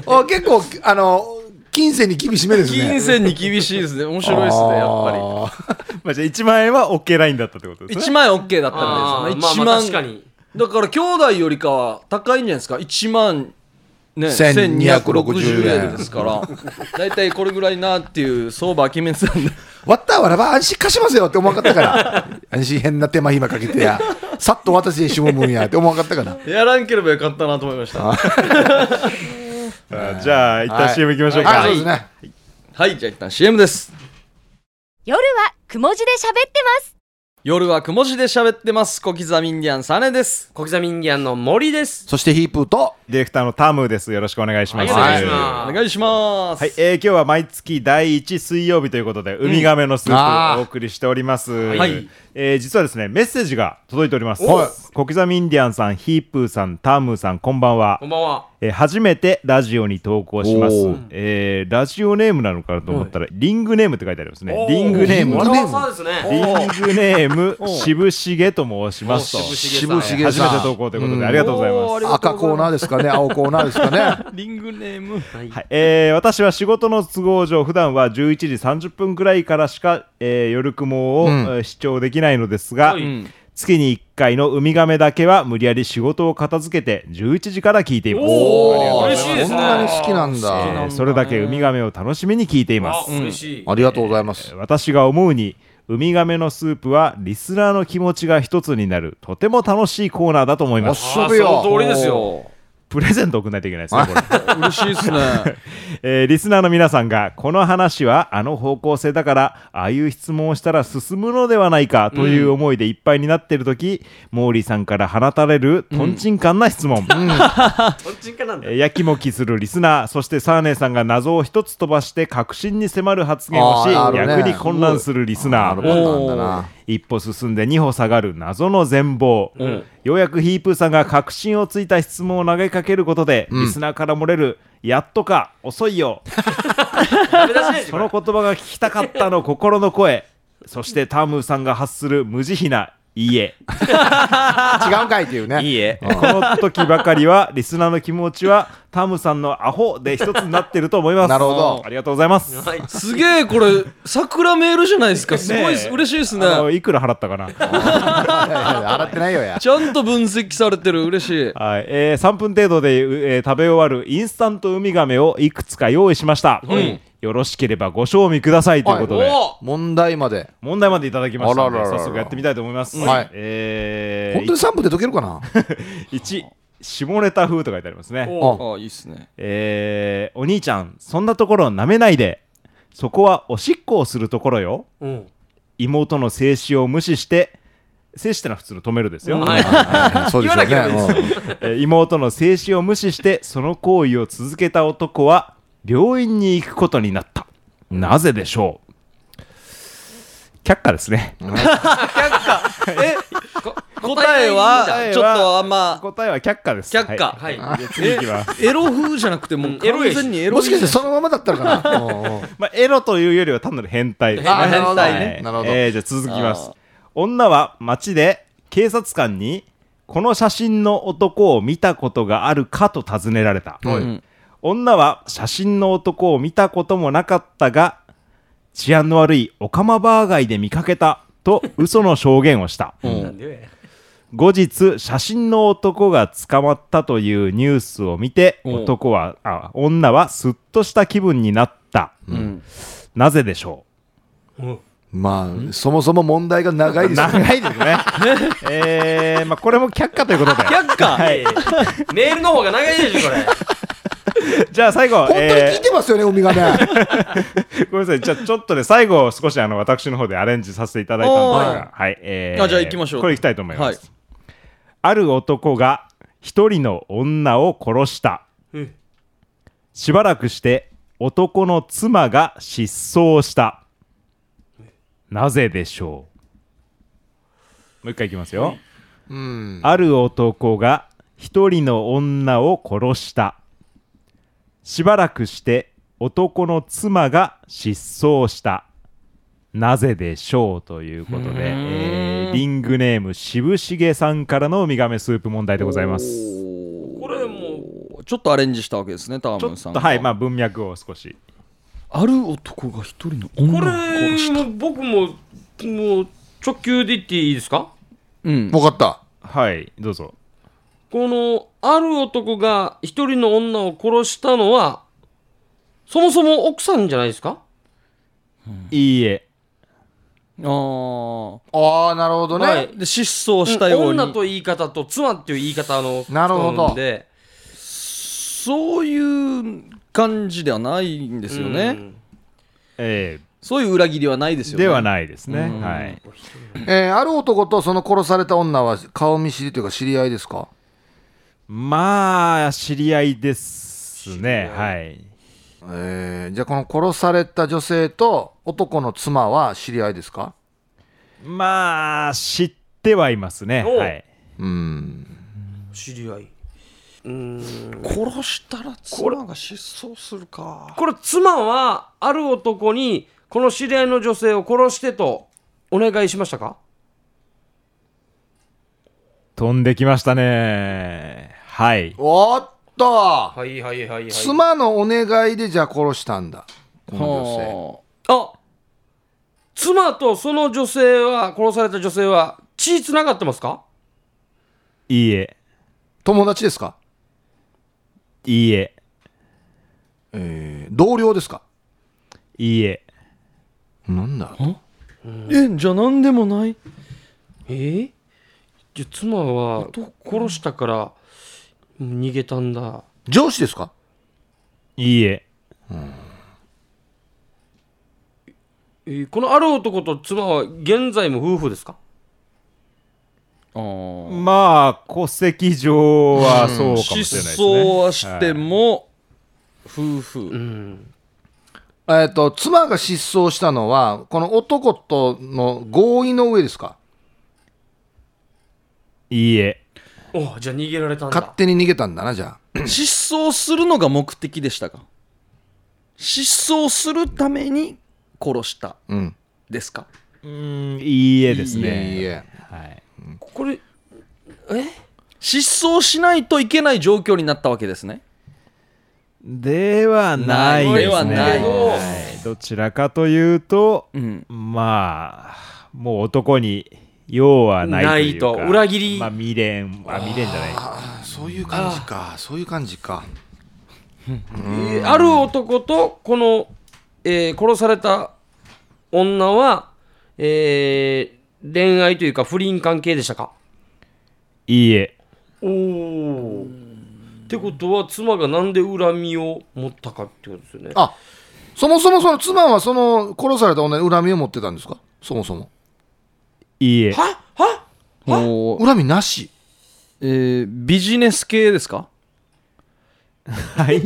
S2: け
S3: お結構、あの、金銭に厳しめですね。
S1: 金銭に厳しいですね面白いですねやっぱ
S3: ぱ
S4: まあじゃあ1万円は OK ラインだったってこと
S1: り
S4: です
S1: 1
S4: ね。
S1: 万円 OK だった
S2: あ
S1: みたい
S2: ー
S1: ですね
S2: ま
S1: 1
S2: あまあ
S1: 万
S2: 確かに
S1: だから兄弟よりかは高いんじゃないですか1万ね、
S3: 1260
S1: 1260円ですから大体これぐらいなっていう相場決めてたんで
S3: わったわらば安心貸しますよって思わんかっ たから。安心変な手間暇かけてや。さっと私でしもむんやって思わんかったから。
S1: やらんければよかったなと思いました
S4: あじゃあ一旦 CM 行きましょうか。
S3: はい、そうですね。
S1: はいじゃあ一旦 CM です
S5: 夜はくも字で喋ってます
S1: 夜はくも字で喋ってます小刻みインディアンサネです
S2: 小刻みインディアンの森です
S3: そしてヒープーと、
S4: ディレクターのタムです。よろしくお願いします。
S2: はいお願いします
S1: お願いします
S4: はい、えー今日は毎月第1水曜日ということで、ウミガメのスー
S3: あー
S4: プをお送りしております。
S1: はい
S4: えー実はですね、メッセージが届いております。
S2: おはい
S4: 小刻みインディアンさん、ヒープーさん、タームーさん、こんばんは
S2: こん。ばんは
S4: えー初めてラジオに投稿します
S3: おー。
S4: えーラジオネームなのかなと思ったら、リングネームって書いてありますね。リングネーム。
S2: わらわさです
S4: リ
S2: ね
S4: ングネーム、渋重と申しますと。
S2: お渋
S3: 渋重さん。
S4: 初めて投稿ということで、ありがとうございます。
S3: 赤コーナーですかね、青コーナーですかね。
S1: リングネーム
S4: はいえー私は仕事の都合上普段は11時30分くらいからしか、えー夜雲を、えー視聴できないのですが、
S1: ん
S4: 月に1回のウミガメだけは無理やり仕事を片付けて11時から聞いていますありがとうござい
S2: 嬉
S4: ます
S2: しいですね
S3: こんなに好きなん
S4: え
S3: だ。
S4: ーそれだけウミガメを楽しみに聞いていま
S2: あ
S4: す
S2: 嬉しい
S3: ありがとうございます。
S4: 私が思うにウミガメのスープはリスナーの気持ちが一つになるとても楽しいコーナーだと思います
S2: あ
S3: 遊ぶよ
S2: その通りですよ
S4: プレゼント送んないといけないですねこれ
S1: 嬉しいですね
S4: えーリスナーの皆さんがこの話はあの方向性だからああいう質問をしたら進むのではないかという思いでいっぱいになっている時、モーリーさんから放たれるとんちんかんな質問、
S2: どっちかなんだ
S4: えーやきもきするリスナーそしてサーネーさんが謎を一つ飛ばして確信に迫る発言をし、
S3: あーあるね
S4: 逆に混乱するリス
S3: あ
S4: ナ
S3: る
S4: ー
S3: パターンだな。
S4: 一歩進んで二歩下がる謎の全貌、ようやくヒープーさんが確信をついた質問を投げかけることで、リスナーから漏れる「やっとか遅いよ」
S2: ダメ出しないし
S4: そ
S2: これ
S4: の言葉が聞きたかったの心の 声そしてタームーさんが発する無慈悲な「いいえ
S3: 違うんかいっていうね。
S1: いいえ」
S4: この時ばかりはリスナーの気持ちはタームーさんのアホで一つになってると思います
S3: なるほど
S4: ありがとうございます
S2: はい
S1: すげえこれ桜メールじゃないですかすごいです
S4: ねえ
S1: 嬉しいですね
S4: あのいくら払ったかな
S3: いやいや洗ってないよや。
S1: ちゃんと分析されてる嬉しい
S4: はい、えー3分程度で、うえー食べ終わるインスタントウミガメをいくつか用意しました、よろしければご賞味くださいということで
S2: お
S3: 問題まで。
S4: 問題までいただきましたので
S3: あらららら
S4: 早速やってみたいと思います、
S3: はい
S4: え
S3: 本当に3分で解けるかな
S4: 1下ネタ風と書いてありますね
S2: お
S1: ああいいっすね
S4: えーお兄ちゃんそんなところ舐めないでそこはおしっこをするところよ
S2: うん
S4: 妹の静止を無視して静止ってのは普通の止めるですよ、
S2: はい
S3: そうで
S2: 言わ
S3: すよ
S2: なきゃダメ
S3: ね。
S4: えー妹の静止を無視してその行為を続けた男は病院に行くことになったなぜでしょう却下ですね
S1: 答え
S4: 答え
S1: は
S4: は
S1: ちょっとあんま
S4: 答えは却下です
S1: 却下
S4: はい
S2: はい
S4: じゃあ次いきます、
S1: エロ風じゃなくてもう
S2: エロ
S1: 完
S2: いし
S1: 全にエ
S3: うん
S1: ロ
S3: もしかしてそのままだったのかなうんうん
S4: まあ、エロというよりは単なる変態です
S3: あなるほど
S4: はい
S3: なるほど
S4: えーじゃあ続きま
S1: あ
S4: す
S1: ー
S4: 女は街で警察官にこの写真の男を見たことがあるかと尋ねられた、
S1: ん
S4: 女は写真の男を見たこともなかったが治安の悪いオカマバー街で見かけたと嘘の証言をした、
S2: なんでや
S4: 後日写真の男が捕まったというニュースを見て
S1: おう
S4: 男はあ女はすっとした気分になった、
S1: ん
S4: なぜでしょ
S3: まあ、そもそも問題が長いうですよ。
S4: 長いです ねえー、まあこれも却下ということで
S1: 却下
S4: はい、
S2: メールの方が長いでしょこれ
S4: じゃあ最後
S3: 本当に聞い
S4: え
S3: てますよね、ウミガメ。
S4: ー、ごめんなさいじゃあちょっとね最後少しあの私の方でアレンジさせていただいたんですがはい、えー、
S1: あじゃあ行きましょう
S4: これ行きたいと思います、
S1: はい
S4: ある男が一人の女を殺した
S2: うん
S4: しばらくして男の妻が失踪したなぜでしょうもう一回いきますよ、ある男が一人の女を殺したしばらくして男の妻が失踪したなぜでしょうということで、えーリングネーム渋重さんからのウミガメスープ問題でございます
S2: これも
S1: ちょっとアレンジしたわけですねター
S4: ちょ
S1: ムさん
S4: っと
S1: が
S4: はいまあ文脈を少し
S1: ある男が一人の
S2: うこ
S1: 女を殺
S2: れ
S1: した
S2: も僕ももう直球で言っていいですか
S1: うん
S3: 分かった。
S4: はいどうぞ
S2: このある男が一人の女を殺したのはそもそも奥さんじゃないですか
S4: いいえ
S1: あ
S3: ああ、なるほど
S2: はい
S3: ね。
S1: あで失踪したように
S2: 女と言い方と妻っていう言い方の
S3: なるほど
S2: 使うんで
S1: そういう感じではないんですよね、
S2: うん
S4: え
S1: そういう裏切りはないです
S4: ー
S1: よね
S4: ではないですね
S1: うん
S4: はい
S3: えーある男とその殺された女は顔見知りというか知り合いですか
S4: まあ知り合いですねはい
S3: えーじゃあこの殺された女性と男の妻は知り合いですか
S4: まあ知ってはいますね
S2: おう
S4: はい
S3: うん。
S2: 知り合いうん
S1: 殺したら妻が失踪するか
S2: これ妻はある男にこの知り合いの女性を殺してとお願いしましたか
S4: 飛んできましたねはい
S3: おっと
S2: はいはいはいはい
S3: 妻のお願いでじゃあ殺したんだ。この女
S1: は
S2: あ妻とその女性は殺された女性は血つながってますか
S4: いい
S3: 性。
S4: え
S3: 友達ですか
S4: いいえ
S3: えー同僚ですか
S4: いいえ
S3: なんだ
S1: あえじゃあ何でもない
S2: えーじゃあ妻は殺したから逃げたんだ
S3: 上司ですか
S4: いいえ
S2: えーこのある男と妻は現在も夫婦ですか
S1: あー
S4: まあ戸籍上はそうかもしれないですね
S1: 失踪はしても、夫婦、
S2: うん
S3: えーと、妻が失踪したのは、この男との合意の上ですか
S4: いいえ
S2: おじゃあ逃げられたんだ
S3: 勝手に逃げたんだな、じゃあ。
S1: 失踪するのが目的でしたか失踪するために殺した
S3: うん。
S1: ですか
S4: うんいいえです
S3: い
S4: ね
S3: えいえ。
S4: はい
S2: これ
S1: 失踪しないといけない状況になったわけですね
S4: ではないですね
S1: ではない
S4: はいどちらかというと
S1: うん
S4: まあもう男に用はないというか
S2: ないと裏切り
S4: まあ未練あ未練じゃない
S3: ああ、そういう感じか。そういう感じか。
S2: えーある男とこの、えー殺された女は、えー恋愛というか不倫関係でしたか
S4: いいえ
S2: おおってことは妻がなんで恨みを持ったかってことですよね
S3: あそもそもその妻はその殺された女に恨みを持ってたんですかそもそも。
S4: いいえ
S2: はは
S1: おー
S3: 恨みなし。
S1: えービジネス系ですか
S4: はい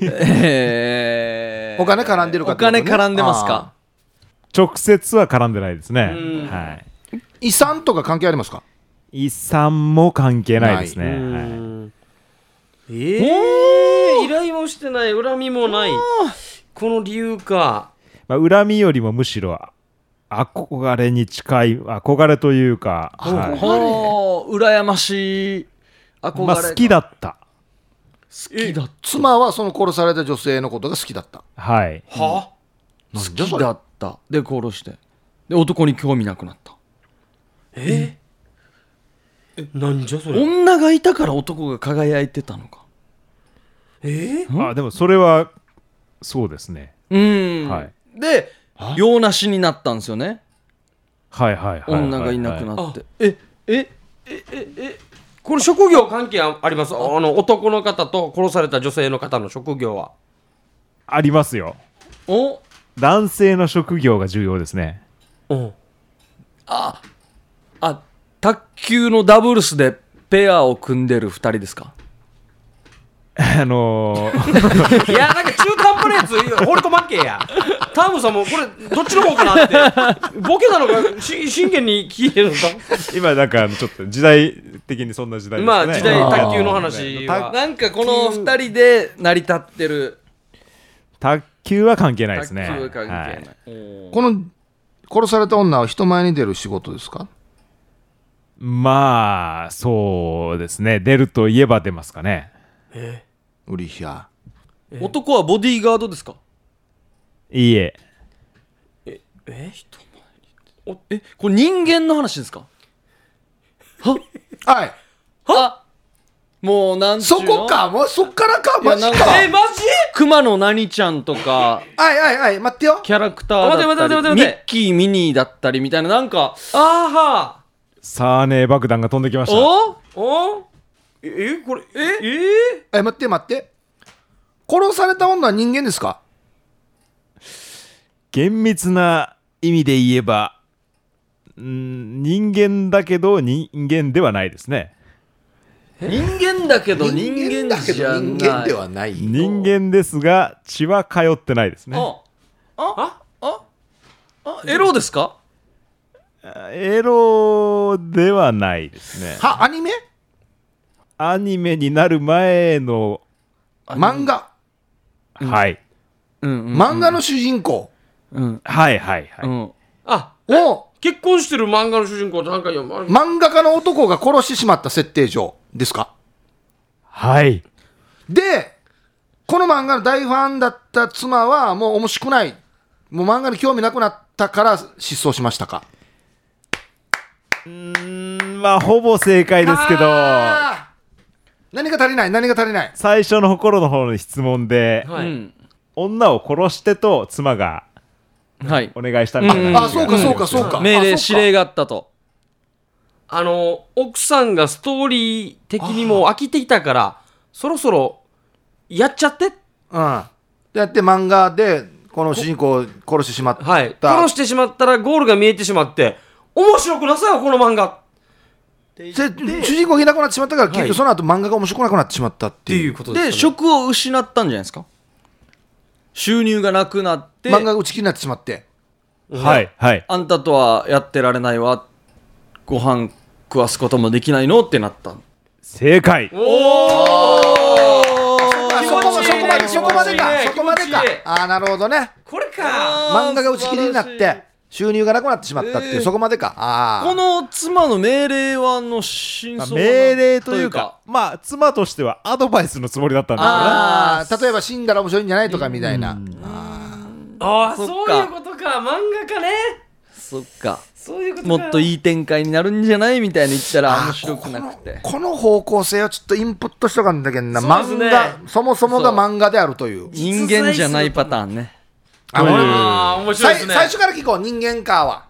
S1: えー
S3: お金絡んでるか
S1: お
S3: ってことね
S1: 金絡んでますか
S4: 直接は絡んでないですね
S2: うん
S4: は
S3: 遺産とか関係ありますか
S4: い遺産も関係ないですね
S2: う
S4: はい
S2: ーんえー、依頼もしてない恨みもないこの理由か
S4: まあ恨みよりもむしろ憧れに近い憧れというか、はい
S1: はあ羨ましい憧れ、
S4: まあ、好きだった
S1: 好きだっ
S3: 妻はその殺された女性のことが好きだった
S4: はい
S1: たは
S3: 好
S1: 好きだったで殺してで男に興味なくなった
S2: えなんじゃそれ
S1: 女がいたから男が輝いてたのか
S2: え
S4: あでもそれはそうですね
S1: うん、
S4: はい
S1: で用なしになったんですよね
S4: はいはいはいはい、
S1: 女がいなくなって、
S2: はい
S1: ええ
S2: これ職業関係ありますあの男の方と殺された女性の方の職業は
S4: ありますよ
S1: お
S4: 男性の職業が重要ですね
S2: うん
S1: あ卓球のダブルスでペアを組んでる2人ですか
S4: あの ー
S2: いや、なんか中途半端なやつ、放り込まんけ や。タームさんも、これ、どっちの方かなって。ボケなのか、し真剣に聞いてるのか。
S4: 今なんかあのちょっと時代的にそんな時代ですね
S2: まあ、時代、
S4: はい
S2: 卓球の話は。
S1: なんかこの2人で成り立ってる
S4: 卓球は関係ないで
S1: 卓
S4: す
S1: 球
S4: ね
S1: は関係ない、
S4: はい
S3: この殺された女は人前に出る仕事ですか
S4: まあそうですね出るといえば出ますかね
S3: ウリヒャ
S1: 男はボディーガードですか
S4: いいえ
S2: え人
S1: えこれ人間の話ですか
S3: はい
S1: あもうなんちゅ
S3: そう
S1: の
S3: こかもうそっからか
S1: いや
S3: マジか
S1: なんか
S2: え、マジ
S1: 熊野何ちゃんとか
S3: はいはいはい待ってよ
S1: キャラクターだったり
S2: 待て待て待て待
S1: ミ
S2: て
S1: ッキーミニーだったりみたいななんか
S2: あーは
S4: サーネー爆弾が飛んできました
S1: お
S2: ー。おんえ、これ、ええ
S3: え待って待って殺された女は人間ですか
S4: 厳密な意味で言えばうん人間だけど人間ではないですね
S1: 人間だけど人間
S3: だけ
S1: じゃない
S3: ど人間ではない
S4: 人間ですが血は通ってないですね
S1: ああああエロですか
S4: エロではないですね
S3: はアニメ
S4: アニメになる前の
S3: 漫画
S4: はい
S1: うんうん
S3: 漫画の主人公
S1: うん
S4: はいはい
S1: う
S4: はい
S1: ん
S2: あ、
S3: を
S2: 結婚してる漫画の主人公ってなんか読ま
S3: 漫画家の男が殺してしまった設定上ですか
S4: はい
S3: でこの漫画の大ファンだった妻はもう面白くないもう漫画に興味なくなったから失踪しましたか
S4: うんまあほぼ正解ですけど
S3: あー何が足りない何が足りない
S4: 最初の頃の方の質問で、
S2: は
S1: う
S2: い。
S1: ん
S4: 女を殺してと妻が
S1: はい
S4: お願いしたみたいな
S3: あそうかそうかそうか
S1: 命令
S3: あそ
S1: 指
S3: うか
S1: 令があったと
S2: あの、奥さんがストーリー的にもう飽きてきたから、そろそろ、やっちゃって。
S3: うんでやって漫画でこの主人公を殺してしまった、
S2: はい。殺してしまったらゴールが見えてしまって、面白くなさいよ、この漫画。
S3: で主人公がいなくなってしまったから結局その後漫画が面白くなくなってしまったっていう,、
S2: こと
S1: で
S2: しょ
S1: 職を失ったんじゃないですか収入がなくなって
S3: 漫画が打ち切りになってしまって
S4: はいはい
S1: あんたとはやってられないわご飯食わすこともできないのってなった
S4: 正解
S3: あそこもそこまでそこまでかそこまでかああなるほどね
S2: これか
S3: 漫画が打ち切りになって収入がなくなってしまったっていう、
S1: えー
S3: そこまでかあ
S1: こ
S3: あ
S1: の妻の命令はあの真
S4: まあ
S1: 相
S4: 命令というかまあ妻としてはアドバイスのつもりだったんだ
S3: ああ例えば死んだら面白いんじゃないとかみたいな、
S2: ああ
S1: そ
S2: そ
S1: っか
S2: ういうことか漫画かね
S1: そっか
S2: そういうこと
S1: も
S2: か
S1: っと
S2: い
S1: いい展開になるんじゃないみたいに言ったら面
S3: あ
S1: 白くなくて
S3: この方向性をちょっとインプットしとかんだけどな、
S2: そう
S3: 漫
S2: ですね
S3: 画そもそもが漫画であるという
S1: 人間じゃないパターンね
S3: あ
S4: という
S3: 俺
S2: ああ面白い
S3: 最
S2: ですね
S3: 最初から聞こう人間かは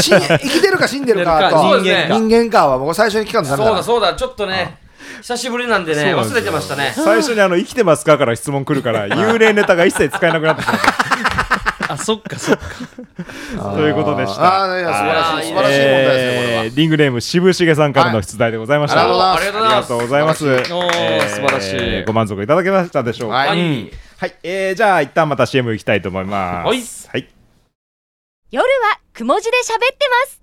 S3: 死ん生きてるか死んでるか
S2: そ
S3: と
S2: うですね
S3: 人間かは僕最初に聞かんとダメ
S2: そうだ
S3: だ
S2: そうだちょっとね久しぶりなんでね
S4: そうなん
S2: 忘
S4: で
S2: れ
S4: す
S2: てましたね
S4: 最初にあの生きてますかから質問来るから幽霊ネタが一切使えなくなってしまっ
S1: あそっかそっか
S4: たということでした
S3: あーいや素晴
S2: あ
S3: ら
S2: ー
S3: しい素晴らしい問題ですねこれは、
S4: えーリングネーム渋重さんからの出題でございました、
S3: はい
S2: ありがとうござい
S4: あり
S2: ま
S4: が
S2: す
S4: とうございます。
S1: おー素晴らしい
S4: えーご満足いただけましたでしょうか。
S3: はい
S4: はい、
S2: はい
S4: えーじゃあ一旦また CM 行きたいと思います。はい。
S5: 夜はくも字で喋ってます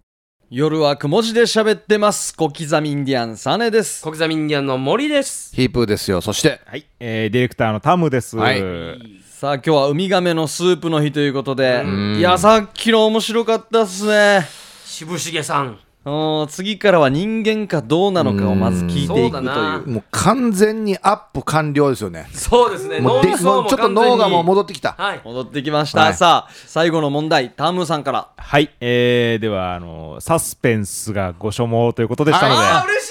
S1: 夜はくも字で喋ってます小刻みインディアンサネです
S2: 小刻みインディアンの森です
S3: ヒープーですよそして
S4: はい。えーディレクターのタムです。
S3: はい
S4: え
S1: さあ今日はウミガメのスープの日ということで、いやさっきの面白かったっすね
S2: 渋重さん
S1: うん次からは人間かどうなのかをまず聞いていくと
S2: うんそうだ
S1: いう
S2: な
S3: もう完全にアップ完了ですよね。
S2: そうですね
S3: も
S2: 脳
S3: うで
S2: み
S3: も
S2: そうも
S3: ちょっと
S2: 完全に
S3: 脳がもう戻ってきた。
S2: はい
S1: 戻ってきました、
S3: はい
S1: さあ最後の問題タムーさんから
S4: はい、えー、ではあのサスペンスがご所望ということでしたので、
S2: あー嬉し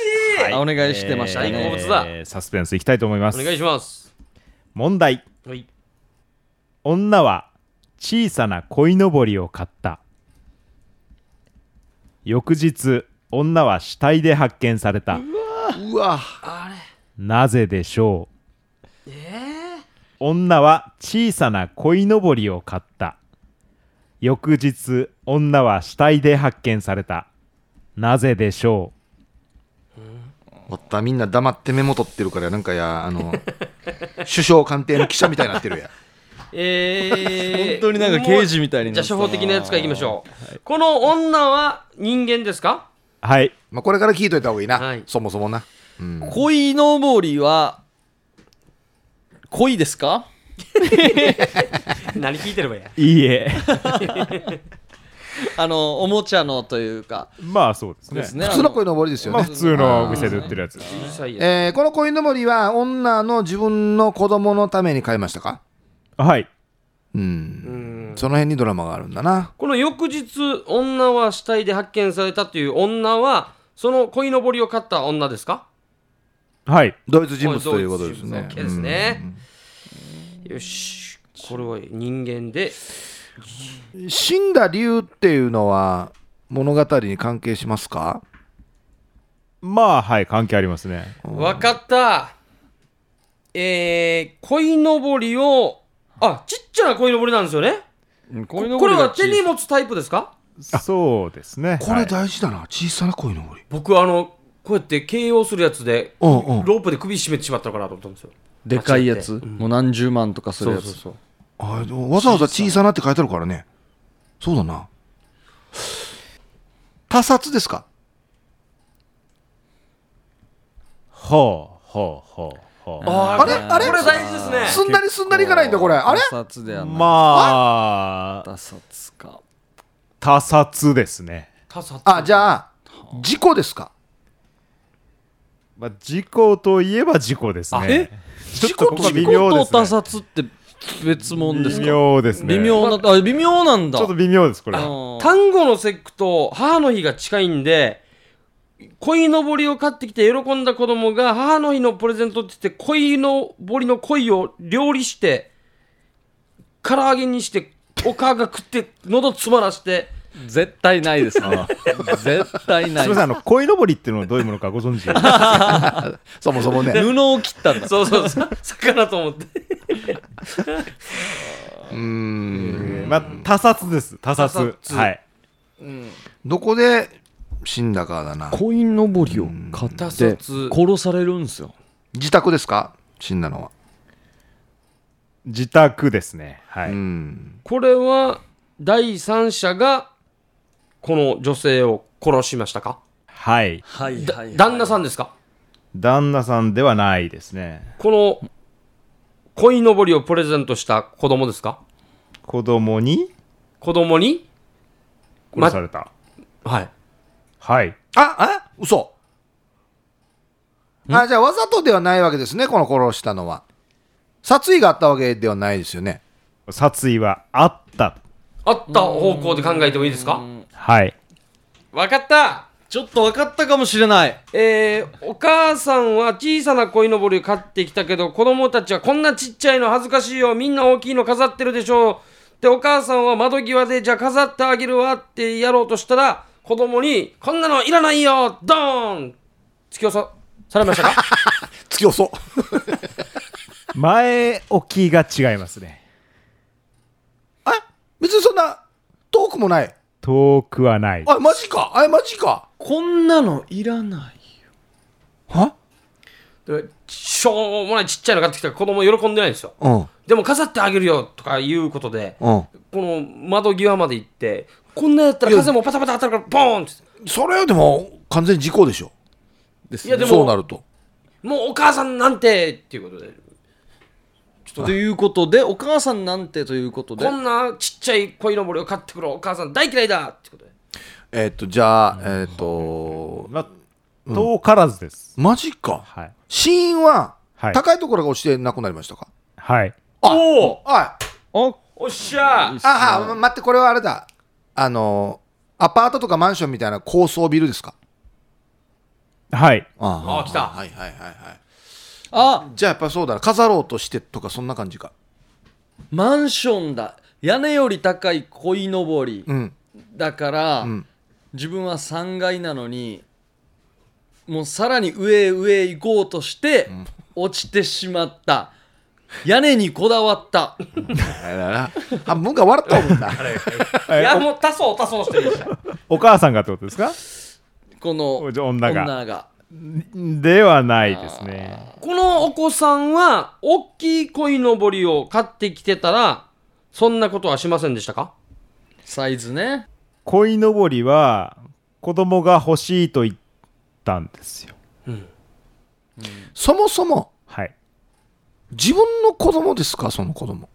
S2: い、
S1: お願いしてましたね、
S2: 大好物だ
S4: えーサスペンスいきたいと思います
S2: お願いします
S4: 問題
S2: はい
S4: 女は小さな鯉のぼりを買った翌日女は死体で発見された
S3: うわ。
S4: なぜでしょう女は小さな鯉のぼりを買った翌日女は死体で発見されたなぜでしょ
S3: おった、みんな黙ってメモ取ってるから、なんかや、あの、首相官邸の記者みたいになってるやん。
S2: えー、
S1: 本当になんか刑事みたいに
S2: じ
S1: なっ
S2: ゃあ
S1: てた
S2: 処
S1: な
S2: 方的なやつからいきましょう、この女は人間ですか
S4: うはい
S3: まあ、これから聞いといた方がいいな。
S2: はい
S3: そもそもな。
S1: 鯉のぼりは鯉ですか
S2: 何聞いてればいいや
S4: いい え
S1: あのおもちゃのというか
S4: まあそうですね
S1: ですね
S3: 普通の鯉のぼりですよ
S4: まあ
S3: ね
S4: 普。通のお店で売ってるやつです
S2: 小さいや
S3: えーこの鯉のぼりは女の自分の子供のために買いましたか
S4: はい
S3: うん。
S2: うん
S3: その辺にドラマがあるんだな。
S2: この翌日女は死体で発見されたという女はその鯉のぼりを飼った女ですか
S4: はい
S3: 同一人物ということですね。
S2: OK ですね、よしこれは人間で
S3: うん死んだ理由っていうのは物語に関係しますか
S4: まあはい関係ありますね
S2: わかったえー、鯉のぼりをあちっちゃな鯉のぼりなんですよね
S1: こ
S2: これは手に持つタイプですか
S4: そうですね
S3: こ
S4: は
S3: れ
S4: い
S3: 大事だな。小さな鯉のぼり。
S2: 僕あのこうやって形容するやつで
S3: うんうん。
S2: ロープで首絞めてしまったのかなと思ったんですよ
S1: でかいやつ、
S2: 間
S1: もう何十万とかする
S2: そ
S1: や
S2: う
S1: つ
S2: そうそう
S3: あでもわざわざ小さなって書いてあるからね。そうだな。他殺ですか
S4: ほうほうほうほう
S2: あ
S3: あれあれ
S2: これ大事ですね
S3: すんなりすんなりいかないんだこれあれ
S1: 他殺ではない、ま
S4: まあ
S1: 他殺か
S4: 他殺ですね
S2: 他殺
S3: あじゃあ事故ですか
S4: まあ事故といえば事故ですねちょっとここは微
S1: 事
S4: 妙で
S1: 故と
S4: すね
S1: 他殺って別物です
S4: 微
S1: か
S4: 妙ですね
S1: 微妙なあ微妙なんだ
S4: ちょっと微妙ですこれ
S1: あ
S4: は
S1: ー
S2: 単語の節句と母の日が近いんで鯉のぼりを買ってきて喜んだ子供が母の日のプレゼントって言って鯉のぼりの鯉を料理して唐揚げにしてお母が食って喉詰まらして
S1: 絶対ないですね絶対な
S4: す
S1: い
S4: みませんあの鯉のぼりっていうのはどういうものかご存知
S3: そもそもね
S1: 布を切ったんだ
S2: そうそうそう魚と思って
S3: うん
S4: まあ他殺です他殺
S2: 他殺
S4: はい
S3: どこで死んだかだな
S1: コインのぼりを買っ
S2: 他
S1: て
S2: 殺
S1: 殺されるんですよ
S3: 自宅ですか死んだのは
S4: 自宅ですねは
S3: う
S4: い
S3: ん
S2: これは第三者がこの女性を殺しましたか
S4: はい
S1: はい
S2: だ旦那さんですか
S4: 旦那さんではないですね
S2: この鯉のぼりをプレゼントした子供ですか
S4: 子供に
S2: 子供に
S4: 殺された
S2: はい
S4: はい
S3: あえ嘘あじゃあわざとではないわけですねこの殺したのは殺意があったわけではないですよね
S4: 殺意はあった
S2: あった方向で考えてもいいですか
S4: はい
S2: わかった
S1: ちょっと分かったかもしれない
S2: えー、お母さんは小さな鯉のぼりを買ってきたけど子供たちはこんなちっちゃいの恥ずかしいよみんな大きいの飾ってるでしょうでお母さんは窓際でじゃあ飾ってあげるわってやろうとしたら子供にこんなのいらないよドーン突き押さされました か
S3: 突き押そう
S4: 前置きが違いますね
S3: え別にそんな遠くもない
S4: 遠くはない
S3: あマジかあマジか
S1: こんなのいらない
S3: は
S2: でしょうもないちっちゃいの買ってきたから子供喜んでないんですよ
S3: うん
S2: でも飾ってあげるよとかいうことで
S3: うん
S2: この窓際まで行ってこんなやったら風もパタパタ当たるからボーンって
S3: それはでも完全に事故でしょ
S1: です
S2: いやでも
S3: そうなると
S2: もうお母さんなんてっていうことで
S1: ということでお母さんなんてということで
S2: こんなちっちゃい鯉のぼりを買ってくるお母さん大嫌いだってことで
S3: えっとじゃあえっと
S4: まあ、遠からずです。
S3: マジか
S4: はい。
S3: 死因は
S4: はい
S3: 高いところが落ちてなくなりましたか
S4: はい。
S2: おお
S3: おいあ
S1: お
S2: おっしゃー
S3: あま待ってこれはあれだあのアパートとかマンションみたいな高層ビルですか
S4: はい。
S3: あ
S2: あ来た
S3: はいはいはいはい
S1: あ
S3: じゃあやっぱりそうだな飾ろうとしてとかそんな感じか
S1: マンションだ屋根より高い鯉のぼり
S3: うん
S1: だから、
S3: ん
S1: 自分は3階なのにもうさらに上へ上へ行こうとして、落ちてしまった屋根にこだわった
S3: あれだな半分が笑った もんな
S2: いやもう多層多層してるじゃん
S4: お母さんがってことですか
S1: この
S4: 女が
S1: 女が
S4: ではないですね。
S2: このお子さんは大きい鯉のぼりを買ってきてたらそんなことはしませんでしたか
S1: サイズね
S4: 鯉のぼりは子供が欲しいと言ったんですよ。
S3: そもそも
S4: はい。
S3: 自分の子供ですかその子供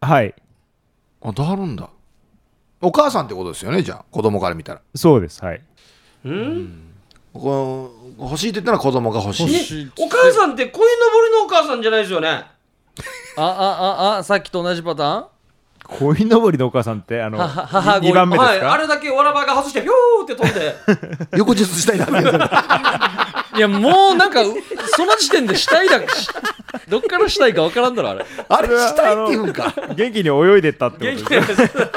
S4: はい。
S3: あだるんだお母さんってことですよねじゃあ子供から見たら
S4: そうです。はい。
S2: うん
S3: こう欲しいって言ったら子供が欲し
S1: 欲
S3: い
S1: しい
S2: お母さんって鯉のぼりのお母さんじゃないですよね
S1: ああああさっきと同じパターン
S4: 鯉のぼりのお母さんって、あの、
S1: はは母鯉
S4: 2番目で
S2: は
S4: す
S2: い
S4: か、
S2: あれだけわらばが外してピョーって飛んで
S3: 翌日したいなってやつ
S1: いやもうなんかうその時点で死体だしどっから死体か分からんだろあれ
S3: あれしたいって言うんか
S4: 元気に泳いでったってことで
S2: 元
S4: す
S2: 気で
S4: ね。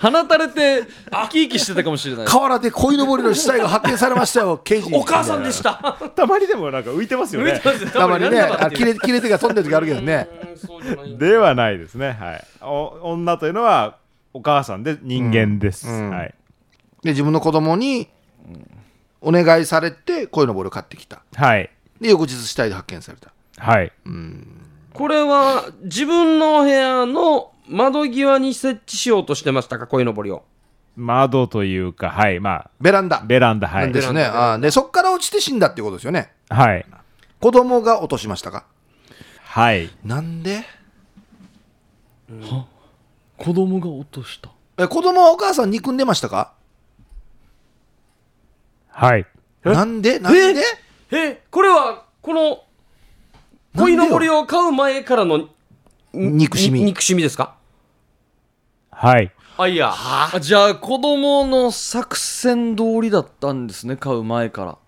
S1: 放たれて生き生きしてたかもしれない
S3: 河原で鯉のぼりの死体が発見されましたよ刑事
S2: お母さんでした
S4: たまにでもなんか浮いてます よ
S2: 浮い
S4: ね
S2: て。ますよ
S3: たまにね
S2: なんだか
S3: あ
S2: ってい
S3: 切
S2: う
S3: れ切れ手が飛んでる時あるけどね
S2: うんそうじゃない
S4: ではないですね。はい。お女というのはお母さんで人間です。
S3: うん
S4: はい。
S3: で自分の子供にお願いされて鯉のぼりを買ってきた
S4: はい。
S3: で翌日死体で発見された
S4: はい。
S2: これは自分の部屋の窓際に設置しようとしてましたか鯉のぼりを
S4: 窓というか、はい。ま
S3: ベランダ
S4: あ、ベランダ、は
S3: ないんで。すね、あーでそこから落ちて死んだっていうことですよね
S4: はい。
S3: 子供が落としましたか
S4: はい。
S3: なんで
S1: 子供が落とした
S3: え子供はお母さん憎んでましたか
S4: はい。
S3: なんでなんで
S2: えこれはこの
S3: なんで
S2: 鯉
S3: よ
S2: のぼりを買う前からの
S3: 憎しみ
S2: に憎しみですか
S4: はい。
S2: あいや
S1: あじゃあ子供の作戦通りだったんですね買う前から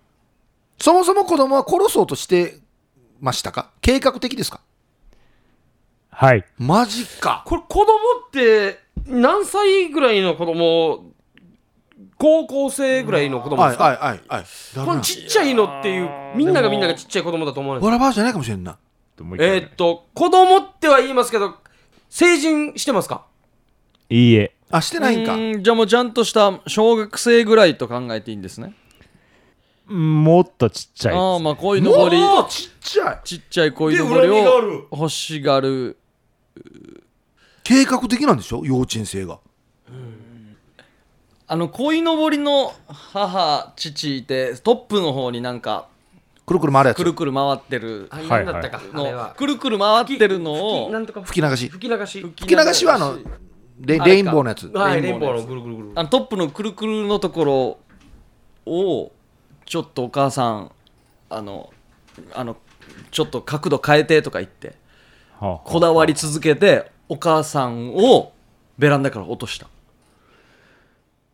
S3: そもそも子供は殺そうとしてましたか計画的ですか
S4: はい。
S3: マジか
S2: これ子供って何歳ぐらいの子供高校生ぐらいの子供
S3: は
S2: で
S3: い
S2: すか
S3: はいはいはいだ
S2: こ
S3: な
S2: のちっちゃいのっていうみんながみんながちっちゃい子供だと思わない
S3: わらばじゃないかもしれんな
S4: もう一回
S2: えーっと子供っては言いますけど成人してますか
S4: いいえ。
S3: あしてないんか
S1: うーんじゃあもうちゃんとした小学生ぐらいと考えていいんですね
S4: もっとちっちゃい
S1: ああ
S4: で
S1: まあ鯉のぼり
S2: もう
S3: ちっちゃい
S1: ちっちゃい鯉のぼり
S2: で恨みがあ
S1: を
S2: る
S1: 欲しがる
S3: 計画的なんでしょ幼稚園生が
S1: あの鯉のぼりの母父いてトップの方になんか
S3: くるくる回るや
S1: く
S3: つ
S1: るくる回ってる
S2: あ、
S4: い
S2: なんだったか、あれ
S1: の
S2: は
S1: くるくる回ってるの
S2: 吹き
S1: を
S2: なんとか
S3: 吹き流し
S2: 吹き流し
S3: 吹き流しはあのレレインボーの やつ
S2: はい
S1: レ
S2: レ
S1: イ
S2: イ
S1: ン
S2: ン
S1: ボ
S2: ボ
S1: ーのや
S2: ーの
S1: つ
S2: ぐるぐるぐる
S1: あのトップのくるくるのところをちょっとお母さんあのあのちょっと角度変えてとか言って
S4: す。はあ
S1: こだわり続けてお母さんをベランダから落とした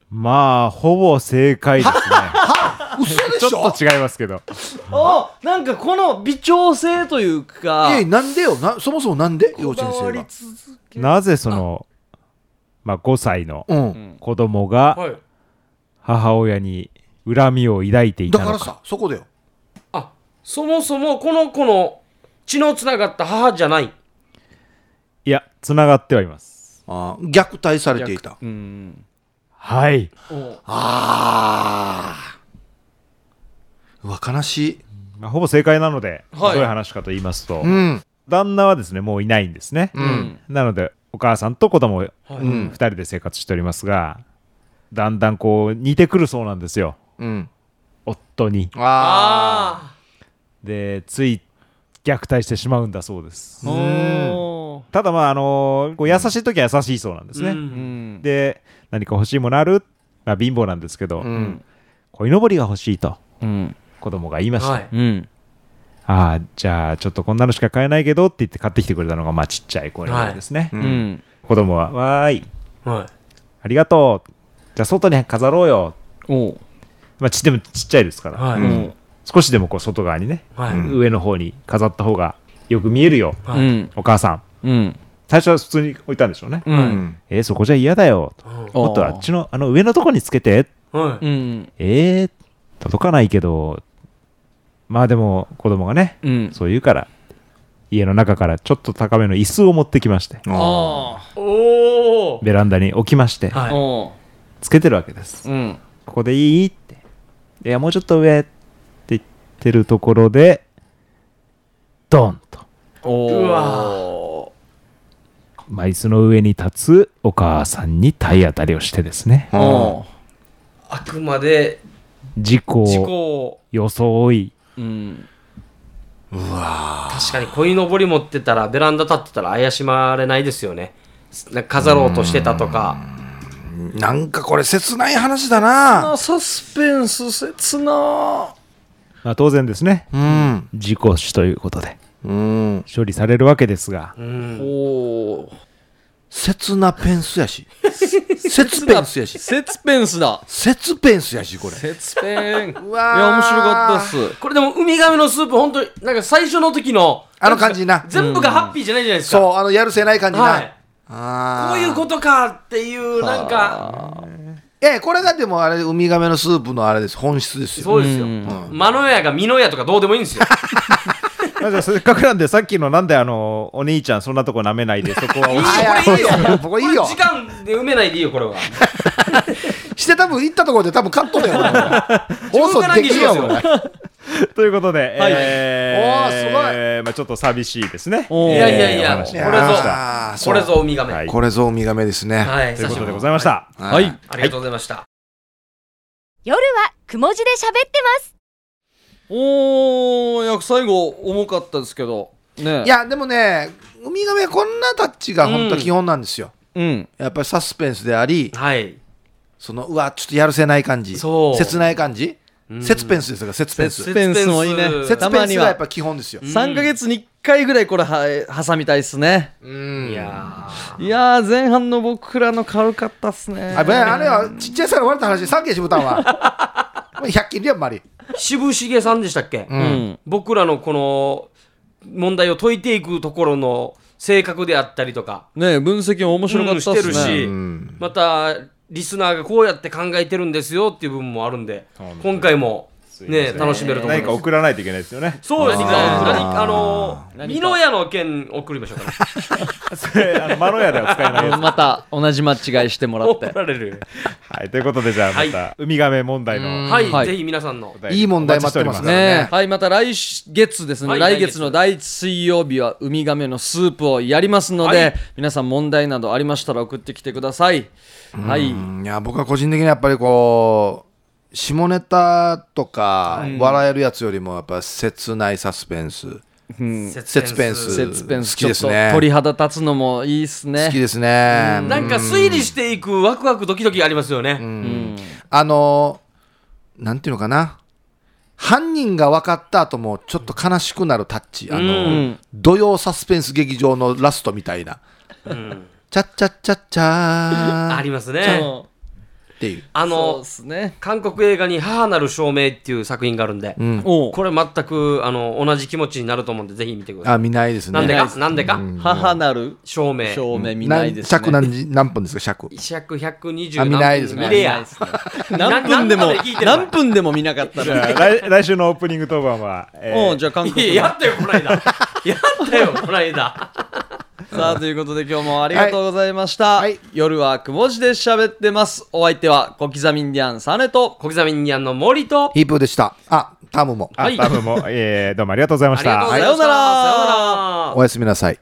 S4: まあ、ほぼ正解ですね。
S3: 嘘 で
S4: ち
S3: し
S4: ょ
S3: ょ
S4: っと違いますけど。
S1: あなんかこの微調整というか
S3: いやいやなんでよなそもそもなんで幼
S1: こ
S3: 稚
S1: だ
S3: 園
S1: わ
S3: 生
S1: り
S3: が
S1: 続け
S4: なぜその、まあ、5歳の
S3: うん
S4: 子供が
S2: はい
S4: 母親に恨みを抱いてい
S3: だ
S4: た
S3: か
S4: の
S3: ら
S4: か。
S3: さそこだよ
S2: あそもそもこの子の血のつながった母じゃない
S4: いや、つながってはいます。
S3: あー虐待されていた
S1: うん
S4: はい。
S3: ああうわ悲しい
S4: まあ、ほぼ正解なので、
S1: はい
S4: どういう話かと言いますと、
S3: うん
S4: 旦那はですね、もういないんですね。
S1: うん
S4: なので、お母さんと子供
S3: うん
S4: 2人で生活しておりますが、だんだんこう、似てくるそうなんですよ。
S3: うん
S4: 夫に。
S3: あ
S2: あ
S4: で、つい虐待してしまうんだそうです
S1: おー
S4: ただまああのこう優しい時は優しいそうなんですね、
S1: うん
S4: で何か欲しいものある、まあ、貧乏なんですけど、
S3: うん
S4: 鯉のぼりが欲しいと
S1: うん
S4: 子供が言いました、
S2: はい。
S1: うん
S4: ああじゃあちょっとこんなのしか買えないけどって言って買ってきてくれたのがまあちっちゃい鯉のぼりですね、
S1: う
S3: うん
S1: ん
S4: 子供は「わーい
S2: はい。
S4: ありがとうじゃあ外に飾ろうよ
S1: おう」
S4: まあちでもちっちゃいですから、
S2: はい。
S1: うん
S4: 少しでもこう外側にね、
S2: はい。
S4: 上の方に飾った方がよく見えるよ、
S1: う
S2: はい。
S1: ん
S4: お母さん
S1: うん
S4: 最初は普通に置いたんでしょうね、
S1: うん
S4: えーそこじゃ嫌だよ
S1: お
S4: もっとあっちのあの上のとこにつけて
S2: はい。
S1: うん
S4: えー、届かないけどまあでも子供がね
S1: うん
S4: そう言うから家の中からちょっと高めの椅子を持ってきまして
S1: あ
S2: おお。
S4: ベランダに置きまして
S1: あ
S2: は
S1: お
S4: つけてるわけです
S1: ううん
S4: ここでいいっていやもうちょっと上って言ってるところでドンと
S1: お
S2: う
S1: お
S4: まあ椅子の上に立つお母さんに体当たりをしてですね
S1: お
S2: い。あくまで
S4: 事故
S2: 事
S4: を
S2: 故を
S4: 装い
S1: うん
S2: 確かに鯉のぼり持ってたらベランダ立ってたら怪しまれないですよね。なんか飾ろうとしてたとか。
S3: なんかこれ切ない話だな
S1: あサスペンス切な
S4: まあ当然ですね
S3: うん
S4: 事故死ということで
S3: うん
S4: 処理されるわけですが
S2: うん。
S1: おお
S3: 切なペンス やし切ペンスやし
S1: 切ペンスだ
S3: 切ペンスやしこれ
S1: 切ペ ン
S3: うわー
S1: いや面白かったっす
S2: これでもウミガメのスープ本当になんか最初の時の
S3: あの感じな
S2: 全部がハッピーじゃないじゃないですか。
S3: そうあのやるせない感じな、
S2: はい。
S3: あ
S2: こういうこととかっていうなんか
S3: ええこれがでもあれウミガメのスープのあれです本質ですよ
S2: そうですよ。マノヤがミノヤとかどうでもいいんですよ。
S4: まあじゃあせっかくなんでさっきのなんであのお兄ちゃんそんなとこ舐めないでそこは
S2: よ
S3: あ
S2: これいいよ
S3: ややこれいいよ
S2: 時間で埋めないでいいよこれは。
S3: して多分行ったところで多分カットだよこれ放送できるよこれ
S2: 自分
S4: ということで、
S1: はい
S4: えー
S3: おーすごい
S4: まあ、ちょっと寂しいですね。
S1: おー
S4: えー
S2: いやいやいや
S4: お話
S2: こ
S4: で
S2: れ
S4: ござ
S2: ぞ
S4: いまし
S3: あーそ
S2: こ
S3: う
S2: れぞウミガメ。
S4: た
S2: は。
S4: はいい。
S3: これぞウミガメですね、
S4: ということでございました。
S1: はい
S3: はい
S2: ありがとうございました。
S5: 夜はくも字で喋ってます
S1: おおいや最後重かったですけどね
S3: いやでもねウミガメこんなタッチが本当基本なんですよ、
S1: うん
S3: やっぱりサスペンスであり
S2: はい。
S3: そのうわちょっとやるせない感じ
S2: そう
S3: 切ない感じ切ペンスですが切ペンス
S1: 切
S3: 切
S1: ペンスもいいね
S2: 切ペンス
S1: 切た
S3: ペ
S1: ま
S3: ンス
S1: に
S3: がや
S1: は
S3: っぱ基本ですよ、
S1: 3か月に1回ぐらいこれは挟みたいっすね
S3: うん
S2: いや
S1: いやー前半の僕らの軽かったっすね
S3: あべあれはちっちゃいさから割れた話三軒しぶたんは 100均でやんまり
S2: ー渋重さんでしたっけ、
S1: う
S3: うん
S2: 僕らのこの問題を解いていくところの性格であったりとか、
S1: ねえ分析も面白かったっす
S2: うんしてる
S1: ね
S2: しまたリスナーがこうやって考えてるんですよっていう部分もあるんで今回もね楽しめると思い
S4: 何か
S2: ます
S4: 送らないといけないですよね。
S2: そうですね
S3: あー
S2: 何かあの
S1: 何か
S2: 美濃屋の件送りましょ うかね
S4: それ、あのマロヤでは使えないやつ。
S1: また同じ間違いしてもらっ
S2: 怒
S1: て
S2: られる
S4: はい。ということで、じゃあ、ま
S2: は
S4: た、ウミガメ問題の
S2: はい、
S1: はい
S2: ぜひ皆さんの
S4: 答え
S3: いい問題待ってます
S4: お
S3: ね
S4: 待ちして
S1: ねはいまた来月ですね、
S2: はい
S1: 来月の第一水曜日はウミガメのスープをやりますので、
S2: はい
S1: 皆さん問題などありましたら送ってきてくださいはい
S3: うんいや僕は個人的にやっぱりこう下ネタとか笑えるやつよりもやっぱ切ないサスペンス、
S2: 節
S3: 節ペンス
S1: 節ペンス
S3: 好きですね
S1: ちょっと鳥肌立つのもいいっす
S3: 好き
S1: ね
S3: ですね、うん
S2: なんか推理していくワクワクドキドキありますよね、
S3: あのーなんていうのかな犯人が分かった後もちょっと悲しくなるタッチあのー、土曜サスペンス劇場のラストみたいな「チャッチャッチャッチャ
S2: あ
S3: ー」
S2: ります
S1: う
S2: ね
S1: ん
S3: っていう
S2: あ
S1: そう
S2: の
S1: っすね
S2: 韓国映画に「母なる証明」っていう作品があるんで、
S1: おう
S2: これ全くあの同じ気持ちになると思うんでぜひ見てください
S3: あ見ないですね
S2: なんで
S1: ない
S2: か
S1: です
S2: なんでか、
S1: 母なる
S2: 証明
S1: 照明見ない
S3: 何
S1: ですね
S3: 尺何時何分ですか尺
S2: 尺120
S3: あ
S2: 何
S3: 見ないですね
S2: 見れや
S1: 何分でも
S2: ななんかで聞いてるわ
S1: 何分でも見なかった
S4: じゃあ
S1: ら
S4: 来来週のオープニング当番は、えー
S1: おうじゃあ韓
S2: い
S1: 国
S2: ややったよこの間やったよこの間
S1: さあということで今日もありがとうございました、
S3: はいはい
S1: 夜はくも字で喋ってますお相手は小刻みインディアンサネと
S2: 小刻みにあの森と
S3: ヒープーでしたあタムも
S4: あ
S2: はい
S4: タムも、えーどうもありがとうございました。
S2: ありがとうござ
S1: さような
S2: いました
S1: ら
S2: さようなら
S3: おやすみなさい